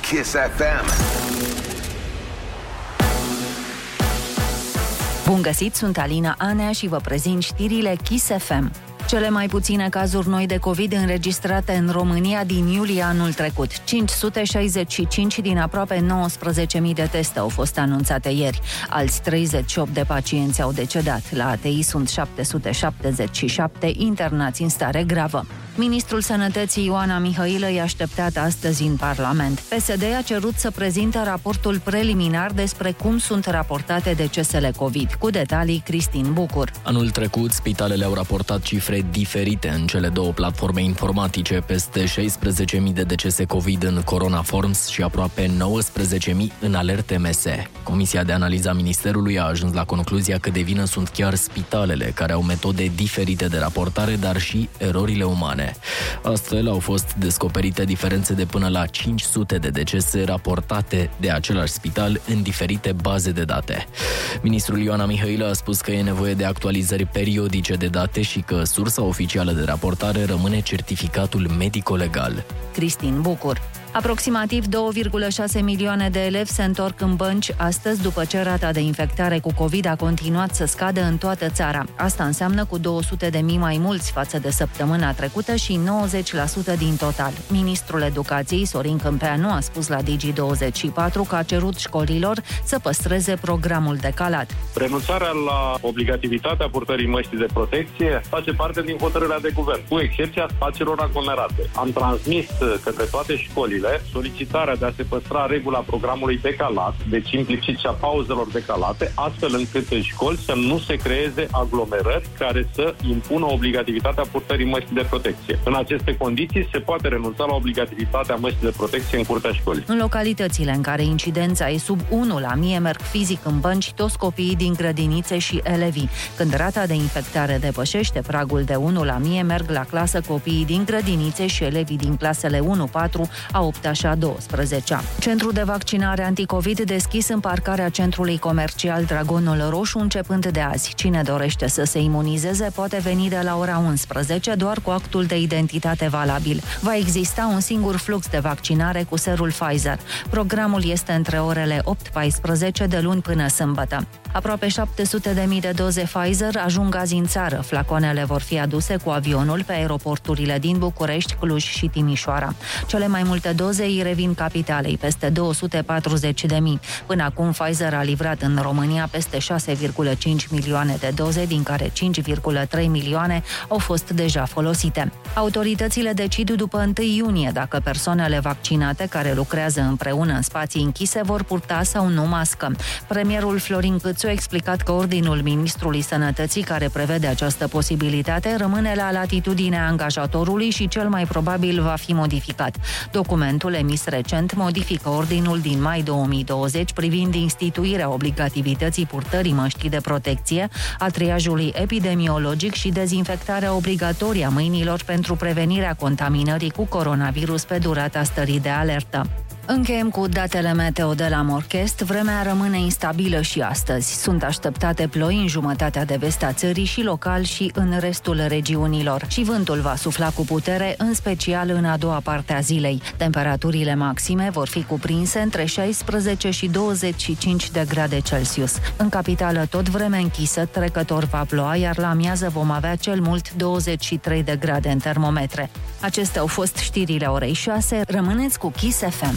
Kiss FM. Bun găsit, sunt Alina Anea și vă prezint știrile Kiss FM. Cele mai puține cazuri noi de COVID înregistrate în România din iulie anul trecut. 565 din aproape 19.000 de teste au fost anunțate ieri. Alți 38 de pacienți au decedat. La ATI sunt 777 internați în stare gravă. Ministrul Sănătății Ioana Mihailă e așteptat astăzi în Parlament. PSD a cerut să prezinte raportul preliminar despre cum sunt raportate decesele COVID. Cu detalii, Cristin Bucur. Anul trecut, spitalele au raportat cifre diferite în cele două platforme informatice, peste 16.000 de decese COVID în Corona Forms și aproape 19.000 în alerte MS. Comisia de analiză a Ministerului a ajuns la concluzia că de vină sunt chiar spitalele, care au metode diferite de raportare, dar și erorile umane. Astfel au fost descoperite diferențe de până la 500 de decese raportate de același spital în diferite baze de date. Ministrul Ioana Mihailă a spus că e nevoie de actualizări periodice de date și că sursa oficială de raportare rămâne certificatul medico-legal. Cristin Bucur. Aproximativ 2,6 milioane de elevi se întorc în bănci astăzi după ce rata de infectare cu COVID a continuat să scadă în toată țara. Asta înseamnă cu 200 de mii mai mulți față de săptămâna trecută și 90% din total. Ministrul Educației Sorin Câmpeanu a spus la Digi24 că a cerut școlilor să păstreze programul decalat. Renunțarea la obligativitatea purtării măștii de protecție face parte din hotărârea de guvern, cu excepția spațiilor aglomerate. Am transmis către toate școlile solicitarea de a se păstra regula programului decalat, deci implicit și a pauzelor decalate, astfel încât în școli să nu se creeze aglomerări care să impună obligativitatea purtării măștii de protecție. În aceste condiții se poate renunța la obligativitatea măștii de protecție în curtea școlii. În localitățile în care incidența e sub 1 la mie merg fizic în bănci toți copiii din grădinițe și elevii. Când rata de infectare depășește pragul de 1 la mie merg la clasă copiii din grădinițe și elevii din clasele 1-4, a 8 și a 12. Centrul de vaccinare anticovid deschis în parcarea centrului comercial Dragonul Roșu începând de azi. Cine dorește să se imunizeze poate veni de la ora 11 doar cu actul de identitate valabil. Va exista un singur flux de vaccinare cu serul Pfizer. Programul este între orele 8-14 de luni până sâmbătă. Aproape 700.000 de, de doze Pfizer ajung azi în țară. Flacoanele vor fi aduse cu avionul pe aeroporturile din București, Cluj și Timișoara. Cele mai multe doze îi revin capitalei, peste 240 de mii. Până acum, Pfizer a livrat în România peste 6,5 milioane de doze, din care 5,3 milioane au fost deja folosite. Autoritățile decid după 1 iunie dacă persoanele vaccinate care lucrează împreună în spații închise vor purta sau nu mască. Premierul Florin Câțu a explicat că ordinul Ministrului Sănătății care prevede această posibilitate rămâne la latitudinea angajatorului și cel mai probabil va fi modificat. Documentul emis recent modifică ordinul din mai 2020 privind instituirea obligativității purtării măștii de protecție, a triajului epidemiologic și dezinfectarea obligatorie a mâinilor pentru prevenirea contaminării cu coronavirus pe durata stării de alertă. Încheiem cu datele meteo de la Morchest. Vremea rămâne instabilă și astăzi. Sunt așteptate ploi în jumătatea de vest a țării și local și în restul regiunilor. Și vântul va sufla cu putere, în special în a doua parte a zilei. Temperaturile maxime vor fi cuprinse între 16 și 25 de grade Celsius. În capitală tot vreme închisă, trecător va ploa, iar la amiază vom avea cel mult 23 de grade în termometre. Acestea au fost știrile orei 6. Rămâneți cu Kiss FM.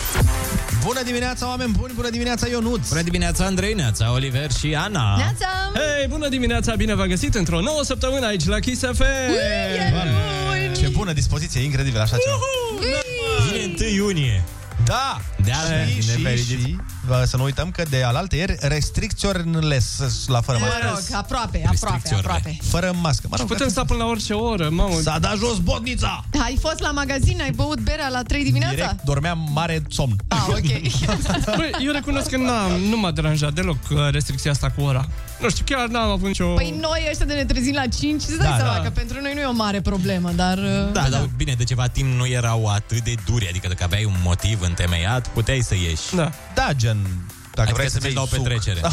Bună dimineața, oameni buni! Bună dimineața, Ionuț! Bună dimineața, Andrei, Neața, Oliver și Ana! Neața! Hei, bună dimineața, bine v-am găsit într-o nouă săptămână aici la Kiss FM! Ce bună dispoziție, incredibil așa ceva. Vine 1 iunie! Da! De altă, și, și, și, uh, să nu uităm că de alaltă ieri restricționless la fără Mă mască. rog, aproape, aproape, aproape. Fără mască. Mă rog, Putem sta până la orice oră, mamă. S-a dat jos botnița! Ai fost la magazin, ai băut berea la 3 dimineața? Direct dormeam mare somn. Ah, ok. Băi, eu recunosc că n-am, nu m-a deranjat deloc uh, restricția asta cu ora. Nu știu, chiar n-am avut nicio... Păi noi ăștia de ne trezim la 5, îți dai Da, seama da. că pentru noi nu e o mare problemă, dar... uh, Da, dar bine, de ceva timp nu erau atât de duri, adică dacă aveai un motiv întemeiat, puteai să ieși. Da. Da, gen... Dacă Adică vrei să mergi la o suc. petrecere. Da.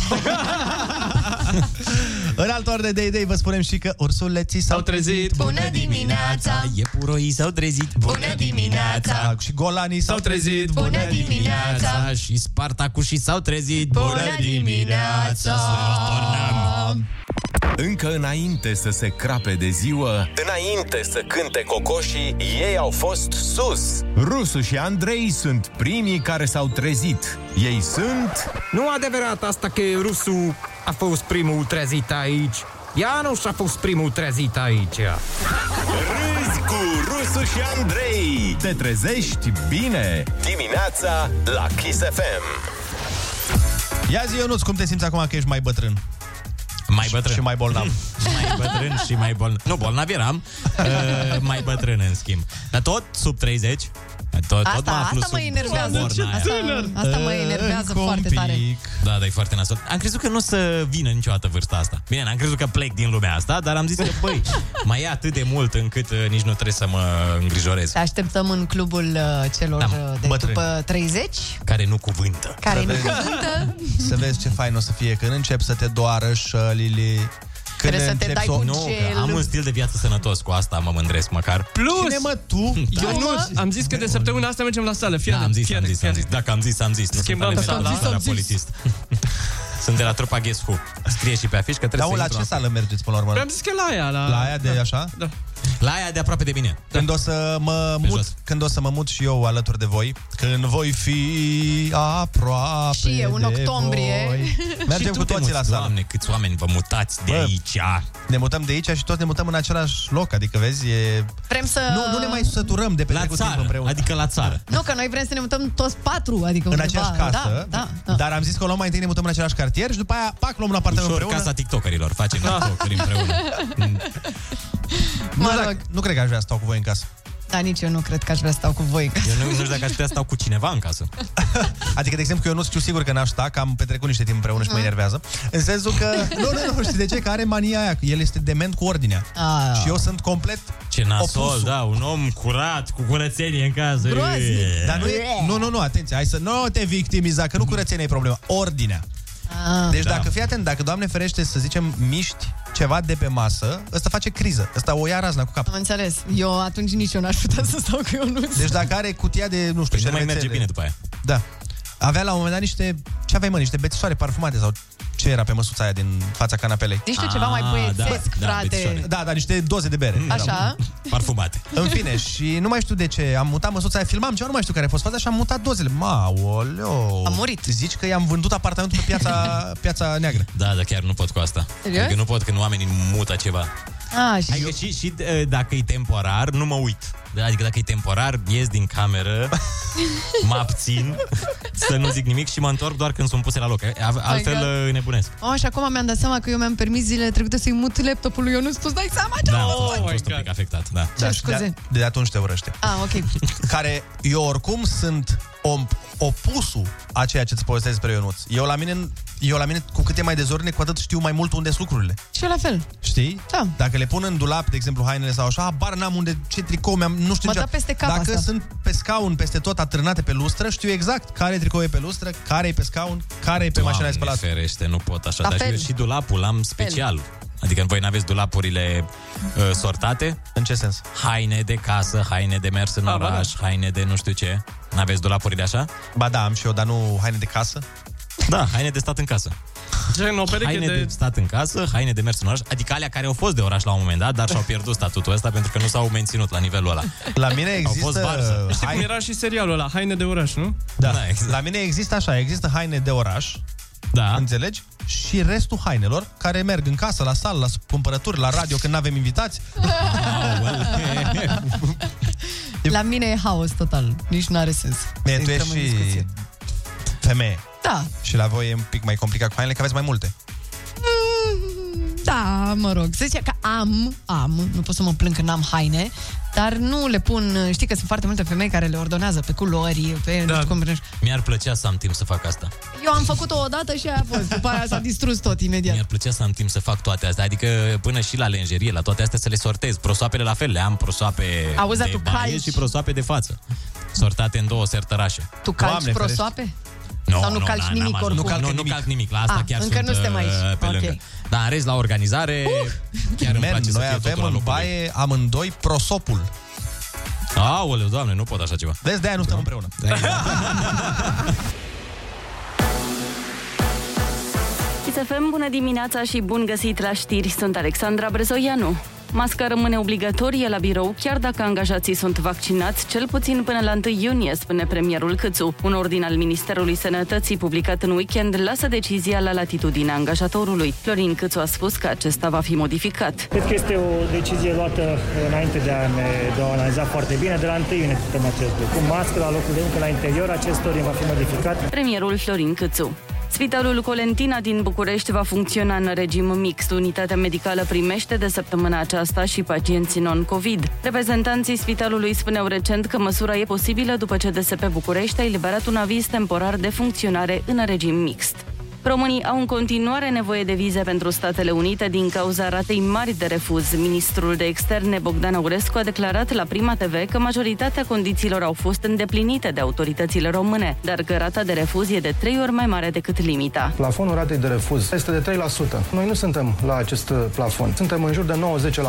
În altă ordine de idei vă spunem și că ursuleții s-au trezit. Bună dimineața! Iepuroii s-au trezit. Bună dimineața! Da, și golanii s-au trezit. Bună dimineața! Și Spartacușii s-au trezit. Bună dimineața! Încă înainte să se crape de ziua, Înainte să cânte cocoșii, ei au fost sus. Rusu și Andrei sunt primii care s-au trezit. Ei sunt... Nu adevărat asta că rusul a fost primul trezit aici. Ea nu și-a fost primul trezit aici. Râzi cu Rusu și Andrei! Te trezești bine! Dimineața la Kiss FM. Ia zi, Ionuț, cum te simți acum că ești mai bătrân? Mai bătrân. Și mai bolnav. mai bătrân și mai bolnav. Nu, bolnav eram, uh, mai bătrân în schimb. Dar tot sub 30. Tot, tot Asta, m-am aflut asta mă sub enervează. borna aia. Asta, asta mă enervează Încă un foarte tare. pic. Da, dar e foarte nasol. Am crezut că nu o să vină niciodată vârsta asta. Bine, n-am crezut că plec din lumea asta, dar am zis că, băi, mai e atât de mult încât uh, nici nu trebuie să mă îngrijorez. Te așteptăm în clubul uh, celor Da, uh, de bătrâni. după 30, Care nu cuvântă. care Da, ne da. cuvântă. Să vezi ce fain o să fie când încep să te doară șălile. Când Trebuie să te începi dai o- cu Nu, Cel- că am un stil de viață sănătos, cu asta mă mândresc măcar. Plus, Cine mă tu? da, eu nu, am zis că de săptămâna asta mergem la sală. Fii Da, am atent, zis, fii am atent, zis, am fii zis. Dacă am zis, am zis. Nu Schimbăm sunt tot, am alex zis, am Sala, zis. politist. Sunt de la trupa Guess Who. Scrie și pe afiș că trebuie Dar să la intru ce sală mergeți până la urmă? Păi atent. Păi Am zis că la aia, la... La aia de așa? Da. acolo. La aia de aproape de mine. Când o să mă Da. Pe mut, jos. când o să mă mut și eu alături de voi, când voi fi aproape Și eu, în de octombrie. voi. Mergem Și tu cu te toții muți. la sală. Doamne, câți oameni vă mutați de Bă. aici. Ne mutăm de aici și toți ne mutăm în același loc, adică vezi, e... Vrem să... Nu, nu ne mai săturăm de pe La timp țară, împreună. adică la țară. Nu, că noi vrem să ne mutăm toți patru, adică în undeva. aceeași casă, Da, da, da. dar am zis că o luăm mai întâi, ne mutăm în același cartier și după aia, pac, luăm un apartament Ușor, împreună. casa tiktokerilor. Facem tiktokeri împreună. Nu, Mă știu rog. dacă- nu cred că aș vrea să stau cu voi în casă. Da, nici eu nu cred că aș vrea să stau cu voi. Eu nu, nu știu dacă aș putea să stau cu cineva în casă. Adică, de exemplu, eu nu știu sigur că n-aș sta, că am petrecut niște timp împreună și mă enervează. În sensul că, nu, nu, nu, știi de ce? Că are mania aia, că el este dement cu ordinea. Ah. Și eu sunt complet Ce nasol, opusul. da, un om curat, cu curățenie în casă. Groaznic. E. Dar nu, e, nu, nu, nu, atenție, hai să nu te victimiza, că nu curățenia e problema, ordinea. Ah. Deci Da. da. dacă fii atent, dacă, Doamne ferește, să zicem, miști ceva de pe masă, ăsta face criză, ăsta o ia razna cu cap. Am înțeles. Eu atunci nici eu n-aș putea să stau cu Ionuț. Deci dacă are cutia de, nu știu, Păi nu mai merge șervețele- bine după aia. Da. Avea la un moment dat niște, ce aveai mă, niște bețișoare parfumate sau ce era pe măsuța aia din fața canapelei. Nici tu ceva mai Ah, băiețesc, da, da, frate. bețișoare. Da, dar niște doze de bere. Da. Da. Așa. Parfumate. În fine, și nu mai știu de ce, am mutat măsuța aia, filmam ceva, nu mai știu care a fost faza și am mutat dozele. Maoleo! Am murit. Zici că i-am vândut apartamentul pe piața, piața neagră. Da, dar chiar nu pot cu asta. Serios? Adică nu pot când oamenii mută ceva. Ah, A, Ah, și Adică și, și uh, dacă e temporar, nu mă uit. Adică dacă e temporar, ies din cameră, mă abțin, să nu zic nimic și mă întorc doar când sunt puse la loc. A- Altfel God. uh, nebunesc. Oh, și acum mi-am dat seama că eu mi-am permis zilele trecute să-i mut laptopul lui Ionuț. Tu-ți dai seama ce Da, am am făcut? fost, am fost un pic afectat, da. Oh Ce scuze. de, de atunci te urăște. Ah, ok. Care eu oricum sunt om, opusul a ceea ce îți povestesc despre Ionuț. Eu la mine, eu la mine cu cât e mai dezordine, cu atât știu mai mult unde sunt lucrurile. Și eu la fel. Știi? Da. Dacă le pun în dulap, de exemplu, hainele sau așa, habar n-am unde, ce tricou mi-am, nu știu Mă niciodată. dă peste cap Dacă asta. sunt pe scaun, peste tot, atârnate pe lustră, știu exact care tricou e pe lustră, care e pe scaun, care e pe mașina de spălat. ferește, nu pot așa. La Dar fel. și, și dulapul am special. Adică voi n-aveți dulapurile uh, sortate? În ce sens? Ah, Haine de casă, haine de mers în A, ba da. oraș, haine de nu știu ce. N-aveți dulapurile așa? Ba da, am și eu, dar nu haine de casă. Da, haine de stat în casă. Gen, o pereche Haine de... de... stat în casă, haine de mers în oraș, adică alea care au fost de oraș la un moment dat, dar și-au pierdut statutul ăsta pentru că nu s-au menținut la nivelul ăla. La mine fost există... varză. Știi cum haine- era și serialul ăla, Haine de oraș, nu? Da. Da, exact. La mine există așa, există haine de oraș, Da. înțelegi? Și restul hainelor care merg în casă, la sală, la cumpărături, la radio când nu avem invitați. La mine e haos total. Nici nu are sens. Bine, tu Intrăm ești în discuție. și femeie. Da. Și la voi e un pic mai complicat cu hainele, că aveți mai multe. Da, mă rog. Se zice că am, am, nu pot să mă plâng că n-am haine, dar nu le pun, știi că sunt foarte multe femei care le ordonează pe culori, pe da. nu știu cum. Mi-ar plăcea să am timp să fac asta. Eu am făcut-o odată și aia a fost. După aia s-a distrus tot imediat. Mi-ar plăcea să am timp să fac toate astea. Adică până și la lenjerie, la toate astea să le sortez. Prosoapele la fel, le am prosoape Auzi, dar de tu baie calci? și prosoape de față. Sortate în două sertărașe. Tu calci prosoape? No, Sau nu calci n-am nimic ajuns. oricum? Nu calc, nu, nu calc nimic, la asta Ah, chiar încă sunt nu suntem uh, aici. pe Ok. Uh. lângă. Dar în rest, la organizare, chiar îmi Man, place să noi fie avem totul la în locul baie amândoi prosopul. lui. Aoleu, doamne, nu pot așa ceva. Vezi, de-aia nu Da. stăm împreună. da. ITFM, bună dimineața și bun găsit la știri. Sunt Alexandra Brezoianu. Masca rămâne obligatorie la birou, chiar dacă angajații sunt vaccinați, cel puțin până la 1 iunie, spune premierul Câțu. Un ordin al Ministerului Sănătății publicat în weekend lasă decizia la latitudinea angajatorului. Florin Câțu a spus că acesta va fi modificat. Cred că este o decizie luată înainte de a ne de a o analiza foarte bine. De la 1 iunie putem acest lucru. Cu mască la locul de muncă, la interior, acest ordin va fi modificat. Premierul Florin Câțu. Spitalul Colentina din București va funcționa în regim mixt. Unitatea medicală primește de săptămâna aceasta și pacienții non-COVID. Reprezentanții spitalului spuneau recent că măsura e posibilă după ce DSP București a eliberat un aviz temporar de funcționare în regim mixt. Românii au în continuare nevoie de vize pentru Statele Unite din cauza ratei mari de refuz. Ministrul de Externe Bogdan Aurescu a declarat la Prima TV că majoritatea condițiilor au fost îndeplinite de autoritățile române, dar că rata de refuz e de trei ori mai mare decât limita. Plafonul ratei de refuz este de 3%. Noi nu suntem la acest uh, plafon, suntem în jur de 90%.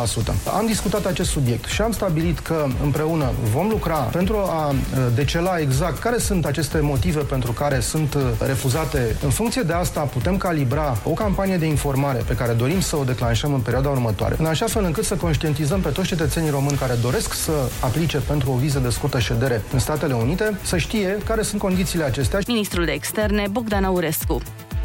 Am discutat acest subiect și am stabilit că împreună vom lucra pentru a uh, decela exact care sunt aceste motive pentru care sunt uh, refuzate. În funcție de asta putem calibra o campanie de informare pe care dorim să o declanșăm în perioada următoare, în așa fel încât să conștientizăm pe toți cetățenii români care doresc să aplice pentru o viză de scurtă ședere în Statele Unite, să știe care sunt condițiile acestea. Ministrul de Externe Bogdan Aurescu.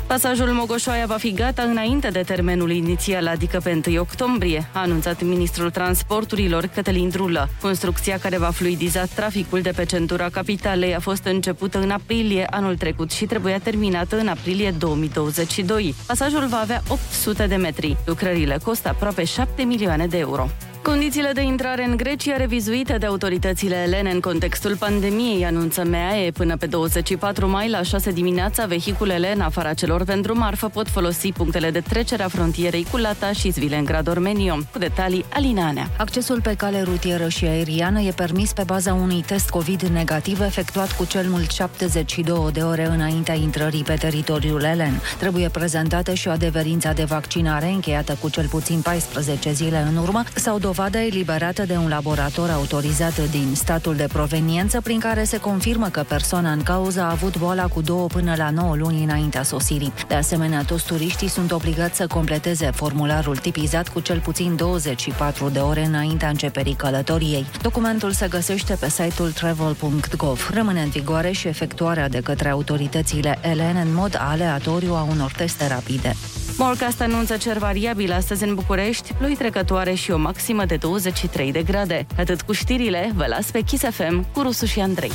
Pasajul Mogoșoaia va fi gata înainte de termenul inițial, adică pe 1 octombrie, a anunțat ministrul transporturilor Cătălin Drulă. Construcția care va fluidiza traficul de pe centura capitalei a fost începută în aprilie anul trecut și trebuia terminată în aprilie 2022. Pasajul va avea 800 de metri. Lucrările costă aproape 7 milioane de euro. Condițiile de intrare în Grecia revizuite de autoritățile elene în contextul pandemiei, anunță MEAE. Până pe 24 mai, la 6 dimineața, vehiculele, în afara celor pentru marfă, pot folosi punctele de trecere a frontierei cu Lata și Svilengrad Ormenio. Cu detalii, Alina Anea. Accesul pe cale rutieră și aeriană e permis pe baza unui test COVID negativ efectuat cu cel mult 72 de ore înaintea intrării pe teritoriul elen. Trebuie prezentată și adeverința de vaccinare încheiată cu cel puțin 14 zile în urmă sau dovada eliberată de un laborator autorizat din statul de proveniență prin care se confirmă că persoana în cauză a avut boala cu 2 până la 9 luni înaintea sosirii. De asemenea, toți turiștii sunt obligați să completeze formularul tipizat cu cel puțin 24 de ore înaintea începerii călătoriei. Documentul se găsește pe site-ul travel.gov. Rămâne în vigoare și efectuarea de către autoritățile elene în mod aleatoriu a unor teste rapide. Morcast anunță cer variabil astăzi în București, ploi trecătoare și o maximă de 23 de grade. Atât cu știrile, vă las pe Kiss FM cu Rusu și Andrei.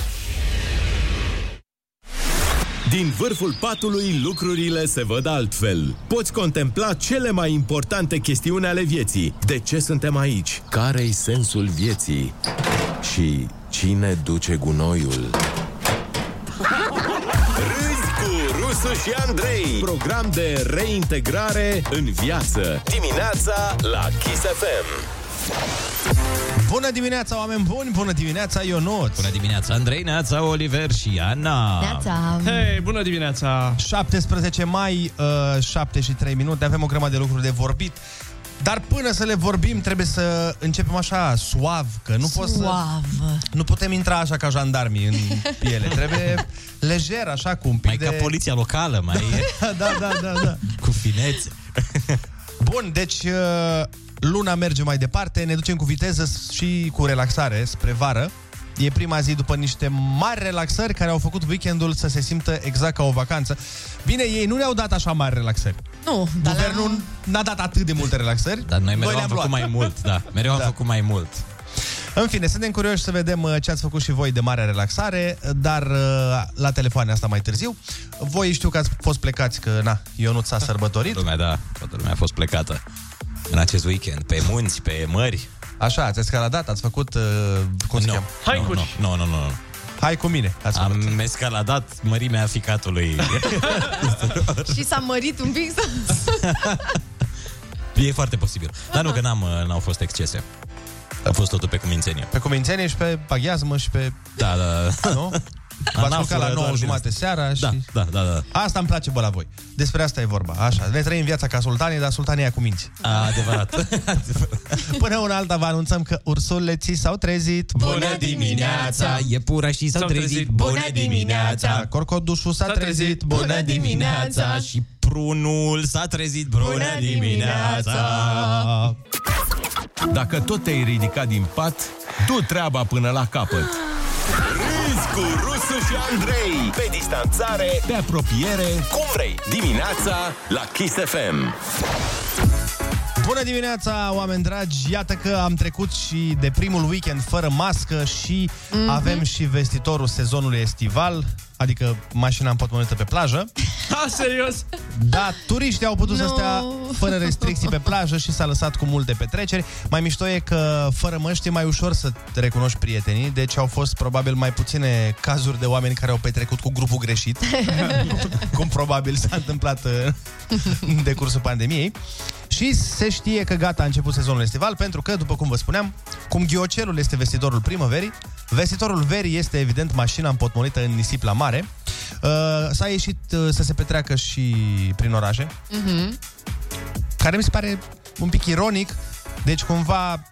Din vârful patului lucrurile se văd altfel. Poți contempla cele mai importante chestiuni ale vieții. De ce suntem aici? Care-i sensul vieții? Și cine duce gunoiul? Râzi cu Rusu și Andrei. Program de reintegrare în viață. Dimineața la Kiss FM. Bună dimineața, oameni buni! Bună dimineața, Ionuț! Bună dimineața, Andrei, Neața, Oliver și Ana. Neața. Hei, bună dimineața! 17 mai, uh, 7 și 3 minute, avem o grămadă de lucruri de vorbit. Dar până să le vorbim, trebuie să începem așa, suav, că nu poți să... Suav. Nu putem intra așa ca jandarmii în piele. Trebuie lejer, așa, cu un pic Mai de... ca poliția locală, mai da, da, da, da. cu finețe. Bun, deci uh, luna merge mai departe, ne ducem cu viteză s- și cu relaxare spre vară. E prima zi după niște mari relaxări care au făcut weekendul să se simtă exact ca o vacanță. Bine, ei nu ne-au dat așa mari relaxări. Nu, dar Guvernul n-a dat atât de multe relaxări. Dar noi mereu le-am am făcut luat. Da. mai mult, da. Mereu am făcut mai mult. În fine, suntem curioși să vedem uh, ce ați făcut și voi de mare relaxare, dar uh, la telefoane asta mai târziu. Voi știu că ați fost plecați, că na, Ionut s-a sărbătorit. Lumea, da, toată lumea a fost plecată în acest weekend, pe munți, pe mări. Așa, ați escaladat, ați făcut, uh, cum no. se cheamă? Haicuri. Nu, nu, nu, nu. Hai cu mine. Ați Am escaladat mărimea ficatului. Și s-a mărit un pic. e foarte posibil. Dar nu, că n-am, uh, n-au fost excese. A fost totul pe cumințenie. Pe cumințenie și pe bagheazmă și pe... Da, da, da. Nu? V-ați Anafură, culcat la 9 doar din jumate seara și... Da, da, da, da. Asta îmi place, bă, la voi. Despre asta e vorba. Așa, ne trăim viața ca sultanii, dar sultanii ia cu minți. A, adevărat. Până una alta vă anunțăm că ursuleții s-au trezit. Bună dimineața! Iepurașii s-au S-au trezit. trezit. Bună dimineața! Corcodușul s-a trezit. Bună dimineața! Și prunul s-a trezit. Bună dimineața! Dacă tot te-ai ridicat din pat, du treaba până la capăt. Râzi cu Rusu și Andrei Pe distanțare Pe apropiere Cum vrei Dimineața la Kiss FM Bună dimineața, oameni dragi! Iată că am trecut și de primul weekend fără mască și Mhm. mm-hmm. avem și vestitorul sezonului estival, adică mașina împotmolită pe plajă. Ha, serios? Da, turiștii au putut no. să stea fără restricții pe plajă și s-a lăsat cu multe petreceri. Mai mișto e că fără măști e mai ușor să te recunoști prietenii, deci au fost probabil mai puține cazuri de oameni care au petrecut cu grupul greșit, cum probabil s-a întâmplat uh, în decursul pandemiei. Și se știe că gata a început sezonul estival pentru că, după cum vă spuneam, cum ghiocelul este vestitorul primăverii, vestitorul verii este evident mașina împotmolită în nisip la mare. Uh, S-a ieșit uh, să se petreacă și prin orașe, Mm-hmm. Mhm. care mi se pare un pic ironic. Deci cumva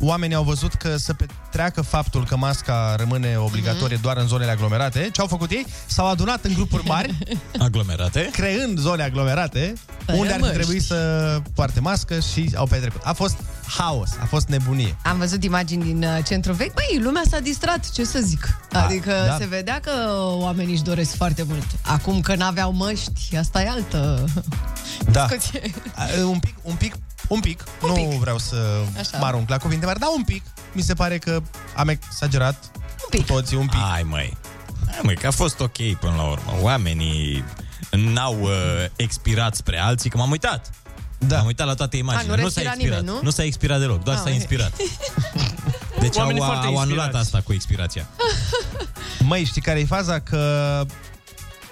oamenii au văzut că să petreacă faptul că masca rămâne obligatorie doar în zonele aglomerate. Ce au făcut ei? S-au adunat în grupuri mari, Aglomerate. creând zone aglomerate, Fără unde ar fi măști. trebuit să poarte mască și au petrecut. A fost haos, a fost nebunie. Am văzut imagini din uh, centru vechi. Băi, lumea s-a distrat, ce să zic. Da, Adică da. se vedea că oamenii își doresc foarte mult. Acum că n-aveau măști, asta e altă Da. discuție. A, Un pic, un pic, un pic. Un nu pic. vreau să Așa. Așa. mă arunc la cuvinte mari, dar un pic. Mi se pare că am exagerat pic. cu toții un pic. Hai, măi. Hai, măi, că a fost ok până la urmă. Oamenii n-au uh, expirat spre alții, că m-am uitat. Da. Am uitat la toate imaginile. A, nu s-a respira expirat. nimeni, nu? nu s-a expirat deloc, doar Ah, s-a ok. inspirat. Deci Oamenii au, foarte au anulat inspirați. asta cu expirația. Măi, știi care e faza? Că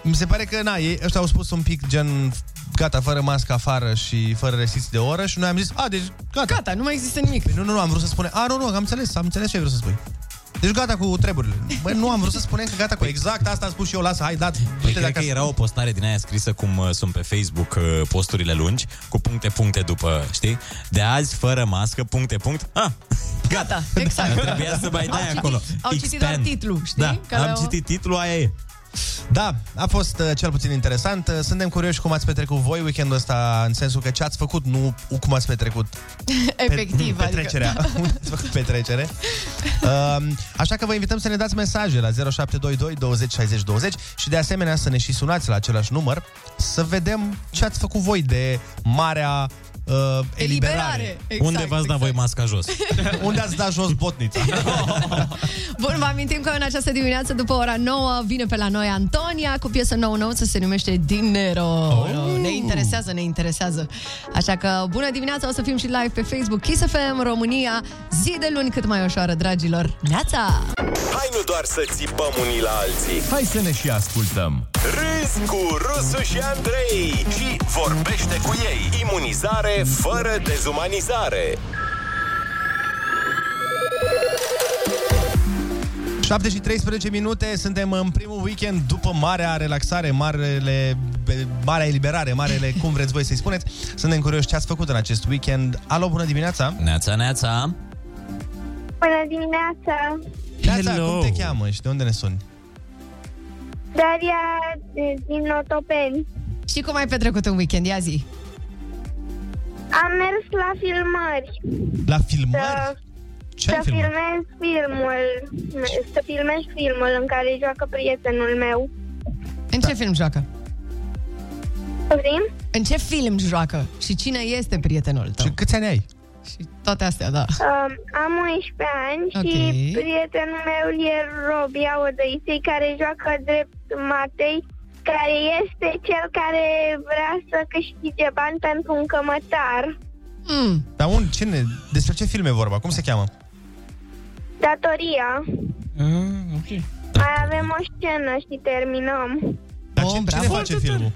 mi se pare că, na, ei ăștia au spus un pic gen gata, fără mască afară și fără restricții de oră și noi am zis, a, deci gata. Gata, nu mai există nimic. Păi nu, nu, nu, am vrut să spune, a, nu, nu, am înțeles, am înțeles ce ai vrut să spui. Deci gata cu treburile. Băi, nu, am vrut să spunem că gata cu exact asta am spus și eu, lasă, hai, dat. Păi cred că era o postare din aia scrisă cum uh, sunt pe Facebook uh, posturile lungi, cu puncte, puncte după, știi? De azi, fără mască, puncte, punct. Ah, Gata, exact. Trebuia să mai dai Au citit- acolo. Au citit doar Expand. titlul, știi? Da, Care am au- citit titlul, aia e. Da, a fost uh, cel puțin interesant. Uh, Suntem curioși cum ați petrecut voi weekendul ăsta, în sensul că ce ați făcut, nu cum ați petrecut Efectiv, pe, adică... petrecerea. Unde ați făcut petrecere. Um, Așa că vă invităm să ne dați mesaje la 0722 20 60 20 și de asemenea să ne și sunați la același număr să vedem ce ați făcut voi de marea uh, eliberare. Eliberare, exact, Unde v-ați dat voi masca jos? Unde ați dat jos botnița? Bun, vă amintim că în această dimineață, după ora 9, vine pe la noi Antonia cu piesă nouă nouă, se numește Dinero. Oh. Ne interesează, ne interesează. Așa că, bună dimineața, o să fim și live pe Facebook Kiss FM România, zi de luni cât mai ușoară, dragilor. Neața! Hai nu doar să țipăm unii la alții Hai să ne și ascultăm. Râzi cu Rusu și Andrei Și vorbește cu ei Imunizare fără dezumanizare 7 și 13 minute, suntem în primul weekend după marea relaxare, marele, be- marea eliberare, marele, cum vreți voi să-i spuneți. Suntem curioși ce ați făcut în acest weekend. Alo, bună dimineața! Neața, neața. Bună dimineața! Neața, Da, cum te cheamă și de unde ne suni? Daria eh, din Otopeni. Și cum ai petrecut un weekend? Ia zi! Am mers la filmări. La filmări? Să, Ce să ai filmat? filmez filmul. Să filmez filmul în care joacă prietenul meu. În Da. ce film joacă? Prim? În ce film joacă? Și cine este prietenul tău? Și câți ani ai? Și toate astea, da. Um, am 11 ani și Ok. prietenul meu e Robi Aodăiței, care joacă drept Matei, care este cel care vrea să câștige bani pentru un cămătar. Mm. Dar un, cine, despre ce film e vorba? Cum se cheamă? Datoria. Ah, ok. Mai avem o scenă și terminăm. Dar cine, cine face filmul?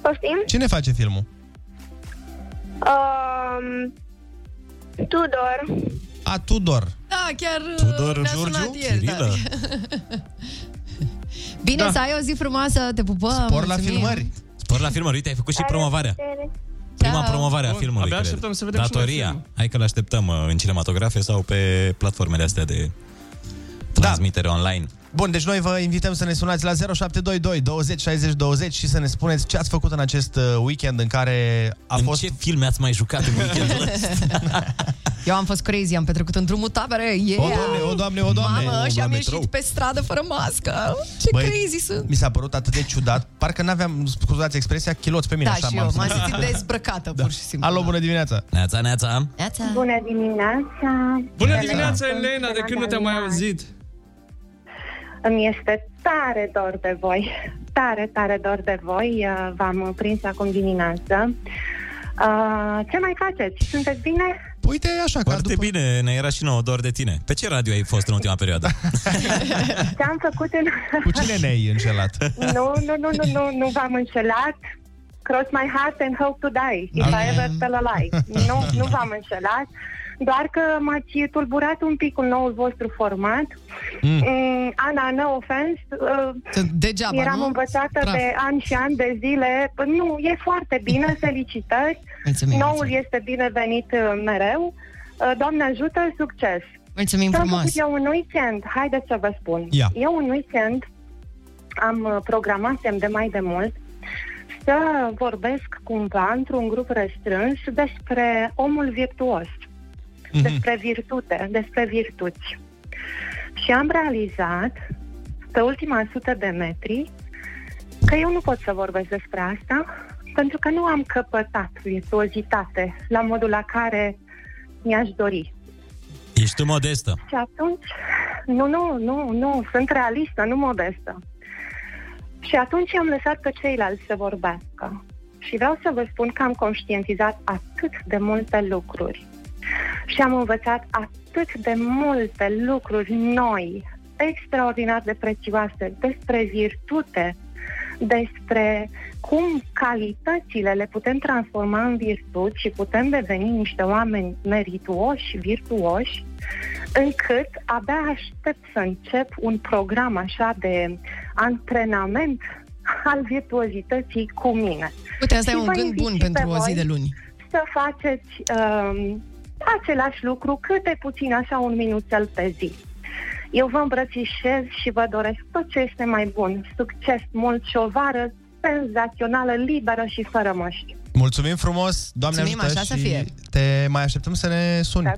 Poftim? Cine face filmul? Um, Tudor. A, Tudor. Da, chiar Tudor, ne-a Giurgiu, sunat ieri, da. Chirilă. Bine, Da. să ai o zi frumoasă, te pupăm. Spor la mulțumim. filmări. Spor la filmări. Uite, ai făcut și promovarea. Prima Ciao. promovare a Bun, filmului, abia cred. așteptăm să Da, vedem cine e Datoria. filmul. Hai că l-așteptăm uh, în cinematografe sau pe platformele astea de Da. transmitere online. Bun, deci noi vă invităm să ne sunați la 0722 20 60 20 și să ne spuneți ce ați făcut în acest uh, weekend în care a în fost... ce filme ați mai jucat în weekendul Eu am fost crazy, am petrecut în drumul tabere. Yeah! O, Doamne, o, Doamne, o, Doamne! Mamă, O, și am la ieșit metrou. pe stradă fără mască. Ce Băi, crazy sunt! Mi s-a părut atât de ciudat, parcă n-aveam, scuzați expresia, chiloți pe mine. da, așa și m-am eu m-am simțit. simțit dezbrăcată, da. pur și simplu. Alo, bună dimineața! Neața, neața! Bună dimineața! Bună dimineața, Elena, de când nu te-am mai auzit? Îmi este tare dor de voi. Tare, tare dor de voi. Uh, V-am prins acum dimineață. Uh, Ce mai faceți? Sunteți bine? Păi Uite, așa, Foarte bine, ne era și nouă dor de tine. Pe ce radio ai fost în ultima perioadă? Ce am făcut în... Cu cine ne-ai înșelat? Nu, nu, nu, nu, nu, nu v-am înșelat. Cross my heart and hope to die, if I ever tell a lie. Nu, nu v-am înșelat, doar că m-ați tulburat un pic cu noul vostru format. Mm. Mm. Ana, no offense, uh, Degeaba, eram nu? învățată Bravo. de ani și ani de zile. Nu, e foarte bine, felicitări. Mulțumim, Noul este binevenit uh, mereu. Uh, Doamne ajută, succes! Mulțumim Ce-am frumos. făcut eu un weekend? Haideți să vă spun. Ia. Eu un weekend am uh, programasem de mai de mult să vorbesc cumva într-un grup restrâns despre omul virtuos, Mm-hmm. despre virtute, despre virtuți. Și am realizat pe ultima sută de metri că eu nu pot să vorbesc despre asta pentru că nu am căpătat virtuozitate la modul la care mi-aș dori. Ești tu modestă. Și atunci, nu, nu, nu, nu, sunt realistă, nu modestă. Și atunci am lăsat pe ceilalți să vorbească. Și vreau să vă spun că am conștientizat atât de multe lucruri. Și am învățat atât de multe lucruri noi, extraordinar de prețioase, despre virtute, despre cum calitățile le putem transforma în virtuți și putem deveni niște oameni merituoși, virtuoși, încât abia aștept să încep un program așa de antrenament al virtuozității cu mine. Uite, asta Și e un vă gând invit bun și pentru pe o zi voi de luni. Să faceți um, același lucru, cât de puțin, așa un minuțel pe zi. Eu vă îmbrățișez și vă doresc tot ce este mai bun. Succes mult și o vară senzațională, liberă și fără măști. Mulțumim frumos, Doamne Mulțumim, ajută așa și să fie. te mai așteptăm să ne suni.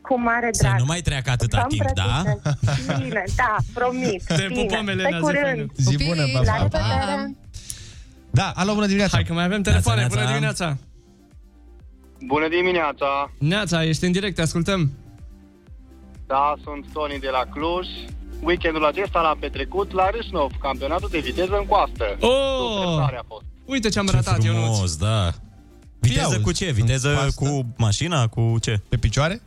Cu mare Să drag. nu mai treacă atâta Vă timp, da? îmbrățișez. Bine, da, promit. Te Bine. pupăm, Elena, Pe zi faină. curând. Zi bună, pa, La pa, pa. revedere. Da, alo, bună dimineața! Hai că mai avem telefoane, bună dimineața! Bună dimineața! Neața, ești în direct, te ascultăm. Da, sunt Tony de la Cluj. Weekendul acesta l-am petrecut la Râșnov, campionatul de viteză în coastă. Super Oh! tare a fost. Uite ce am ratat, Ionuț. Frumos, da. Viteză cu ce? Viteză cu mașina? Cu ce? Pe picioare?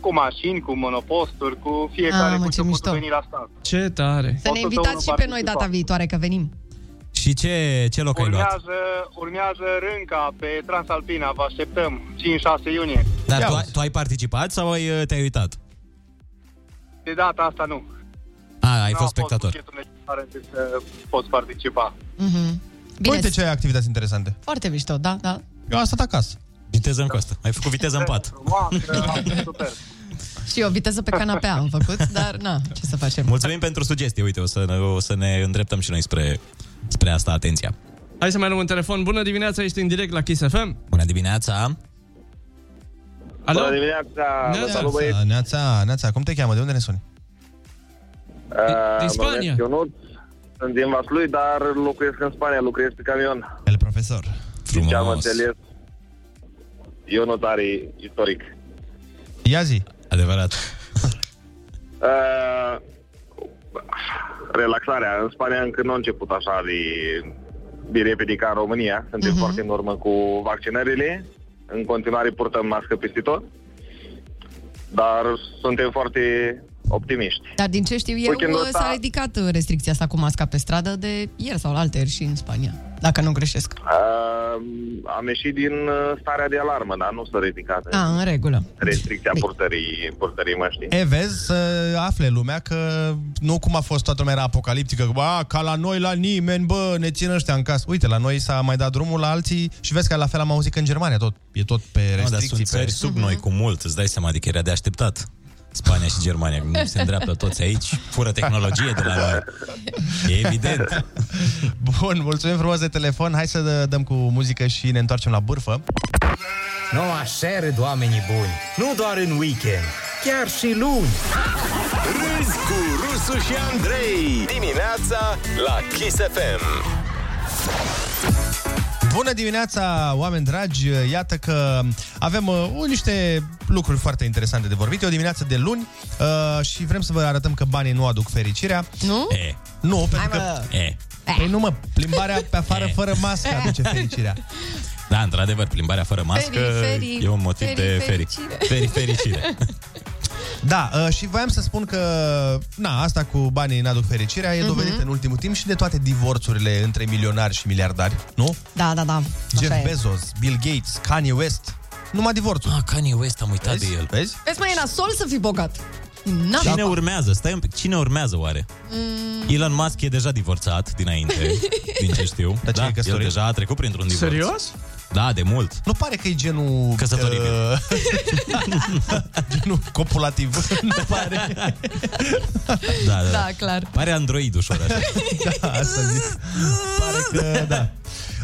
Cu mașini, cu monoposturi, cu Ah, fiecare mă, cu ce ce mișto. pot veni la stat. Ce tare! Să ne invitați și pe noi data da. viitoare, că venim. Și ce, ce loc ai luat? Urmează, urmează Rânca pe Transalpina, vă așteptăm, 5-6 iunie. Dar tu, ai- tu ai participat sau ai, uh, te-ai uitat? De data asta nu. A, ai Nu a fost spectator. buchetul necesar încât să poți participa. Mhm. Bine, Bine. Uite ce activități interesante. foarte mișto, da, da. Eu am stat acasă. Viteză în costă. Ai făcut viteză în pat. Și o viteză pe canapea am făcut, dar na, ce să facem. Mulțumim pentru sugestii. Uite, o să, ne- o să ne îndreptăm și noi spre, spre asta. Atenția. Hai să mai luăm un telefon. Bună dimineața, ești în direct la Kiss FM. Bună dimineața! Alo? Bună dimineața! Vă salut, băieți! Neața, neața, neața, cum te cheamă? De unde ne suni? Uh, din mă Spania. numesc Ionuț, sunt din Vaslui, dar locuiesc în Spania, lucrez pe camion. El profesor. Frumos. Ce am înțeles. Eu notari istoric. Ia zi. Adevărat. Uh, relaxarea. În Spania încă nu a început așa de, de repede ca în România. Suntem uh-huh. foarte în urmă cu vaccinările. În continuare purtăm mască peste tot. Dar suntem foarte optimiști. Dar din ce știu eu, uh, Weekendul ăsta- s-a ridicat restricția asta cu masca pe stradă de ieri sau la alter și în Spania, dacă nu greșesc. Uh, am ieșit din uh, starea de alarmă, dar nu s-a ridicat A, Ah, în regulă. restricția purtării, purtării măștii. E, vezi, să afle lumea că nu cum a fost toată lumea era apocaliptică, că, bă, ca la noi, la nimeni, bă, ne țin ăștia în casă. Uite, la noi s-a mai dat drumul, la alții și vezi că la fel am auzit că în Germania tot, e tot pe Da, restricții. dar sunt pe... țări sub noi cu mult, îți dai seama, adică era de așteptat. Spania și Germania, cum se îndreaptă toți aici, fură tehnologie de la noi. E evident. Bun, mulțumim frumos de telefon. Hai să dă- dăm cu muzică și ne întoarcem la bârfă. Nu așa râd oamenii buni. Nu doar în weekend, chiar și luni. Râzi cu Rusu și Andrei Dimineața la Kiss FM Bună dimineața, oameni dragi! Iată că avem uh, un- niște lucruri foarte interesante de vorbit. E o dimineață de luni uh, și vrem să vă arătăm că banii nu aduc fericirea. Nu? E. Nu, Eh. Hai, pentru că... mă. Eh. E. Păi nu, mă, plimbarea pe afară E. fără mască aduce fericirea. Da, într-adevăr, plimbarea fără mască Feri, feri, e un motiv feri, de feri. fericire. Feri, fericire. Da, uh, și voiam să spun că, na, asta cu banii n-aduc fericirea e dovedită în ultimul timp și de toate divorțurile între milionari și miliardari, nu? Da, da, da. Jeff așa e. Bezos, Bill Gates, Kanye West, numai divorțul. Ah, Kanye West, am uitat vezi? de el. Vezi? Vezi, mai e nasol să fii bogat. n Cine urmează? Stai un pic, cine urmează oare? Mm. Elon Musk e deja divorțat dinainte, din ce știu. Da, el deja a trecut printr-un divorț. Serios? Da, de mult. Nu pare că e genul... uh, Căsătoribil. genul copulativ, nu pare. Da, da. Da, clar. Pare android ușor așa. da, asta zic. Pare că, da.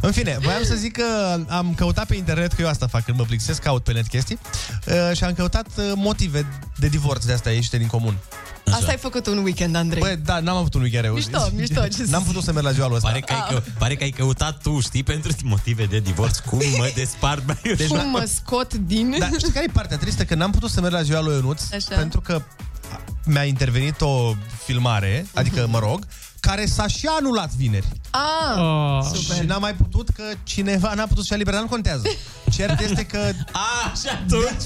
În fine, voiam să zic că am căutat pe internet, că eu asta fac când mă plictisesc, caut pe net chestii, uh, și am căutat uh, motive de divorț de astea ieșite din comun. Asta ai făcut un weekend, Andrei. Bă, da, n-am avut un weekend reușit. Mișto, mișto, ce să N-am putut să merg la ziua lui ăsta. Pare că, ai că, pare că ai căutat tu, știi, pentru motive de divorț. Cum mă despart mai Deci ușor? Cum mă scot din... Dar știi care e partea tristă? Că n-am putut să merg la ziua lui Ionuț Așa. pentru că mi-a intervenit o filmare, adică, mă rog, care s-a și anulat vineri. Ah, Oh. Și n-am mai putut că cineva n-a putut să ia libertate, nu contează. Cert este că... A, și atunci...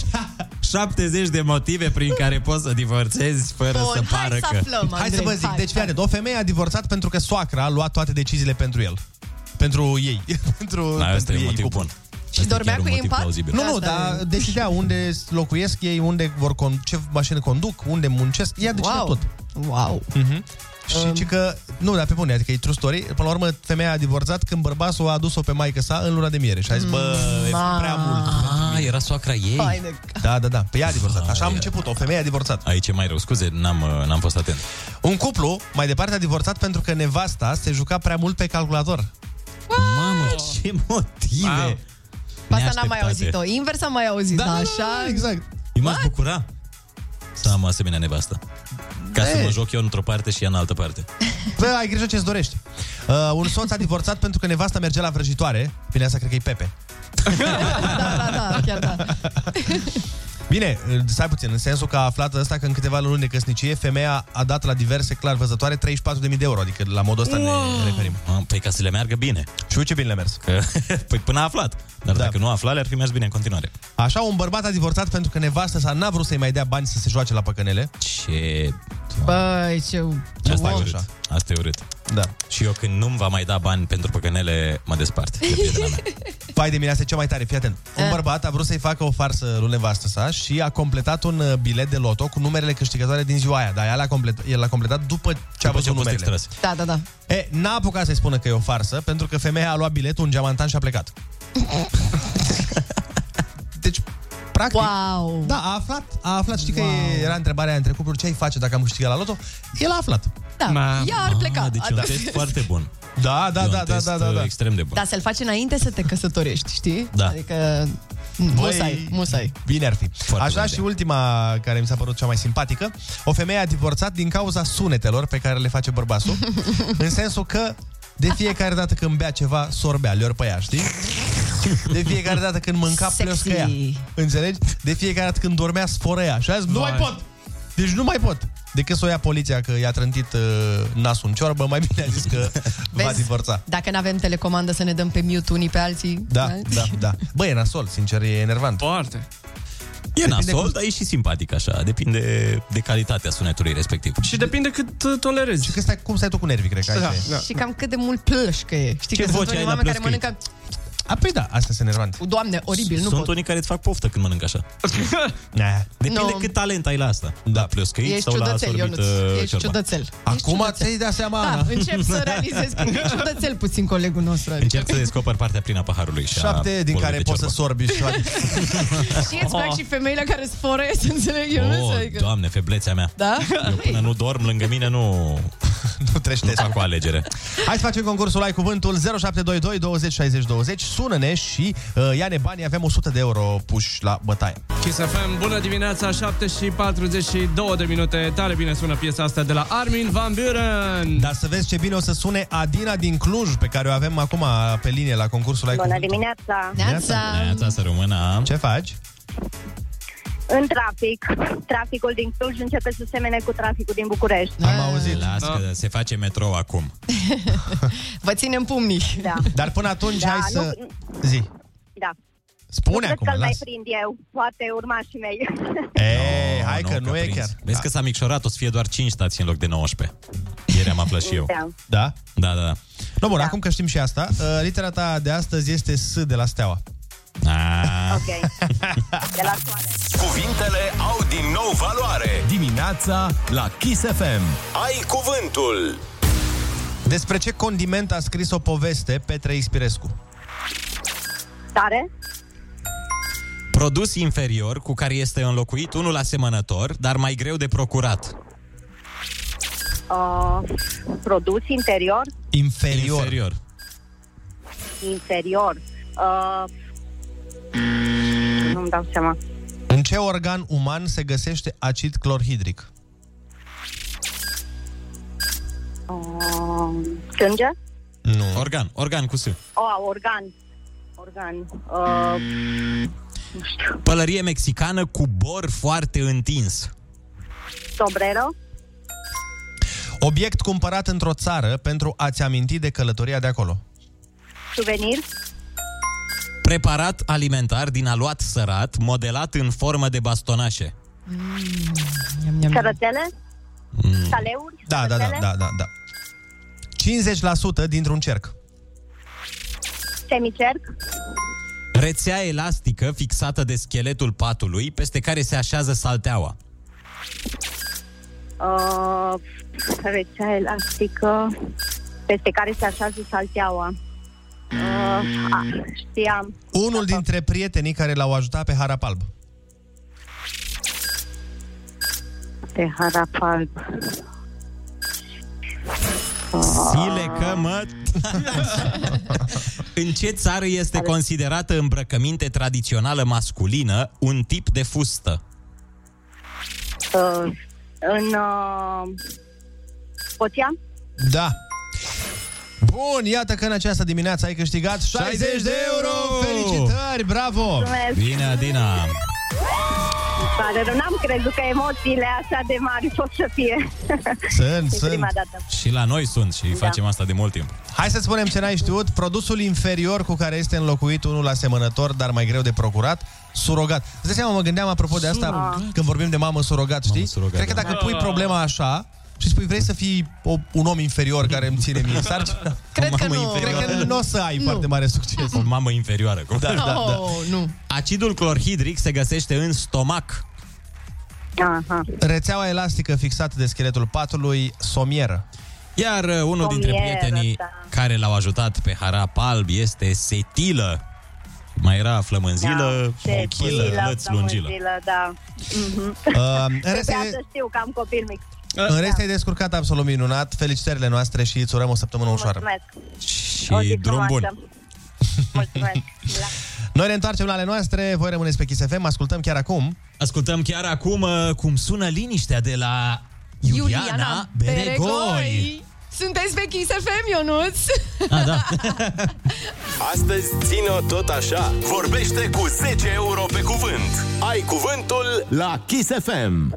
70 de motive prin care poți să divorțezi fără Bun, să pară că... Hai să vă zic, deci da. fii atent. O femeie a divorțat pentru că soacra a luat toate deciziile pentru el. Pentru ei. pentru, Da, asta pentru e un ei, motiv cuplu. bun. Și dormea chiar cu un ei în motiv pat? plauzibil. Nu, nu, Asta dar e. decidea unde locuiesc ei, unde vor con- ce mașină conduc, unde muncesc. Ea decidea Wow. tot. Wow. Mhm. Și um... că, nu, dar pe bune, adică e true story. Până la urmă, femeia a divorțat când bărbatul a adus-o pe maică sa în luna de miere. Și a zis, Mm, bă, e prea mult. Ah, era soacra ei. Da, da, da. Pe ea a divorțat. Așa am început. O femeie a divorțat. Aici e mai rău, scuze, n-am, uh, n-am fost atent. Un cuplu, mai departe, a divorțat pentru că nevasta se juca prea mult pe calculator. Mamă, ce motive! Wow. Pe asta n-am mai auzit-o. Invers am mai auzit, da, așa... Exact. Eu m-aș bucura să am asemenea nevastă. Ca să mă joc eu într-o parte și ea în altă parte. Bă, ai grijă ce-ți dorești. Uh, un soț a divorțat pentru că nevasta mergea la vrăjitoare. Bine, asta cred că e Pepe. Da, da, chiar da. Bine, uh, stai puțin, în sensul că a aflat ăsta că în câteva luni de căsnicie, femeia a dat la diverse clar văzătoare 34.000 de euro, adică la modul ăsta Wow. ne referim. Mamă, Păi ca să le meargă bine. Și uite ce bine le-a mers. Că, păi până a aflat. Dar da. dacă nu a aflat, le-ar fi mers bine în continuare. Așa, un bărbat a divorțat pentru că nevastă sa n-a vrut să-i mai dea bani să se joace la păcănele. Ce... Băi, ce... Asta e Wow. urât. Asta e urât. Da. Și eu când nu-mi va mai da bani pentru păcănele, mă despart de prietena mea. Pai de mine, asta e cea mai tare, fii atent. Un Da. bărbat a vrut să-i facă o farsă lui nevastă sa și a completat un uh, bilet de loto cu numerele câștigătoare din ziua aia. Dar ea l-a completat, el l-a completat după ce a După ce văzut au fost numerele. extrase. Da, da, da. E, n-a apucat să-i spună că e o farsă, pentru că femeia a luat biletul, un geamantan și a plecat. deci, practic... Wow. Da, a aflat, a aflat, știi wow. că era întrebarea între cupluri, ce ai face dacă am câștigat la loto? El a aflat. Da, Ma... ea ar pleca. adică Ah, deci e un test foarte bun. Da, E da, un da, da, test, da, da, da. uh, extrem de bun. Dar să-l faci înainte să te căsătorești, știi? Da. Adică... Musai, musai. Bine ar fi. bună Așa și idee. ultima care mi s-a părut cea mai simpatică. O femeie a divorțat din cauza sunetelor pe care le face bărbatul, în sensul că de fiecare dată când bea ceva, sorbea, le ori pe ea, știi? De fiecare dată când mânca plescăia. Înțelegi? De fiecare dată când dormea sforăia. Și a zis, nu Vai. mai pot! Deci nu mai pot! Decât să o ia poliția că i-a trântit uh, nasul în ciorbă, mai bine a zis că va divorța. Dacă nu avem telecomandă să ne dăm pe mute unii pe alții. Da, da, da. Bă, e nasol, sincer, e enervant. Foarte. E nasol, dar e și simpatic așa, depinde de calitatea sunetului respectiv. Și depinde cât uh, tolerezi. Și cât stai, cum stai tu cu nervii, cred că ai Da, de- da. Și cam cât de mult plășcă e. Știi Ce că sunt voce unii ai la oameni care plășcăit? mănâncă... A, păi da, asta sunt enervant. Doamne, oribil, nu Sunt pot. unii care îți fac poftă când mănâncă așa. Depinde Nu. cât talent ai la asta. Da, plăscăit Ești sau la ciudățel, sorbit uh, Ionuț. Ești ciudățel. Acum ți-ai dat seama, Da, Ana. încep să realizez că e ciudățel puțin colegul nostru. adică. aici. Încerc să descoperi partea plină a paharului și a Șapte din bolului care de poți să ciorbă. sorbi și Și îți plac și femeile care sforesc, înțeleg eu. nu Ah. Oh, știu, adică- doamne, feblețea mea. Da? Eu până nu dorm lângă mine, nu... nu treci Nu fac o alegere. Hai să facem concursul Ai Cuvântul 0722 20 60 20 Sună-ne și uh, ia-ne banii Avem 100 de euro puși la bătaie Kiss FM, bună dimineața, 7 și 42 de minute. Tare bine sună piesa asta de la Armin Van Buren. Dar să vezi ce bine o să sune Adina din Cluj Pe care o avem acum uh, pe linie la concursul Ai Bună Cuvântul dimineața! Neața, să rămână. Ce faci? În trafic, traficul din Cluj începe să semene cu traficul din București. Da. Am auzit Las că se face metrou acum. Vă ținem pumnii. Da. Dar până atunci Da, hai nu- să... Zi Da. Spune nu acum, cred că-l mai las. prind eu, poate urmașii mei. Ei, hai că nu e chiar Vezi că s-a micșorat, o să fie doar 5 stații în loc de 19. Ieri am aflat și eu. Da. Da? Da, da, da. No, bun, acum că știm și asta uh, Litera ta de astăzi este S de la Steaua ok. De la soare. Cuvintele au din nou valoare. Dimineața la Kiss FM Ai cuvântul. Despre ce condiment a scris o poveste Petre Ispirescu? Tare? Produs inferior cu care este înlocuit unul asemănător, dar mai greu de procurat. Uh, produs interior? Inferior. Inferior. Inferior. Uh, nu-mi dau seama. În ce organ uman se găsește acid clorhidric? Uh, sânge? Nu. Organ, organ cu S. Oh, organ. Organ. Uh, Pălărie mexicană cu bor foarte întins. sombrero? Obiect cumpărat într-o țară pentru a-ți aminti de călătoria de acolo. Suvenir? Preparat alimentar din aluat sărat, modelat în formă de bastonașe. Sărățele? Saleuri? Da, da, da, Sărățele? da, da, da. 50% dintr-un cerc. Semicerc? Rețea elastică fixată de scheletul patului, peste care se așează salteaua. Uh, rețea elastică peste care se așează salteaua. Uh, a, știam. Unul dintre prietenii care l-au ajutat pe Harap Alb. Pe harap alb. Silecă, mă! în ce țară este considerată îmbrăcăminte tradițională masculină un tip de fustă? Uh, în uh, Scoția? Da. Bun, iată că în această dimineață ai câștigat 60 de euro! Felicitări, bravo! Mulțumesc. Bine, Adina! Îmi Pare rău, n-am crezut că emoțiile așa de mari pot să fie. Sunt, E sunt. prima dată. Și la noi sunt și Da. facem asta de mult timp. Hai să spunem ce n-ai știut. Produsul inferior cu care este înlocuit unul asemănător, dar mai greu de procurat, surogat. Îți dai seama, mă gândeam apropo de asta, Surogat. când vorbim de mamă surogat, știi? surogat, Cred că da. dacă pui problema așa și spui vrei să fii o, un om inferior care îmi ține mie sarcina, Cred că nu. cred că nu o să ai Nu. foarte mare succes. O mamă inferioară. Cum? Da, da, da. Oh, nu. Acidul clorhidric se găsește în stomac. Aha. Rețeaua elastică fixată de scheletul patului, somieră. Iar uh, unul dintre Somieră, prietenii da. care l-au ajutat pe harap alb este setilă. Mai era flămânzilă, Da, da, Chilă, ochilă, lăț lungilă. flămânzilă, da. Mhm. Uh, în rest Trebuia e- să știu că am copil mic. Da. În rest, ai descurcat absolut minunat. Felicitările noastre și îți urăm o săptămână ușoară. Mulțumesc. Și O zi drum bun. frumoasă. Mulțumesc. Noi ne întoarcem la ale noastre, voi rămâneți pe Kiss FM, ascultăm chiar acum. Ascultăm chiar acum uh, cum sună liniștea de la Iuliana, Iuliana Beregoi. Sunteți pe Kiss FM, Ionuț? Ah, da. Astăzi ține-o tot așa. Vorbește cu 10 euro pe cuvânt. Ai cuvântul La Kiss FM.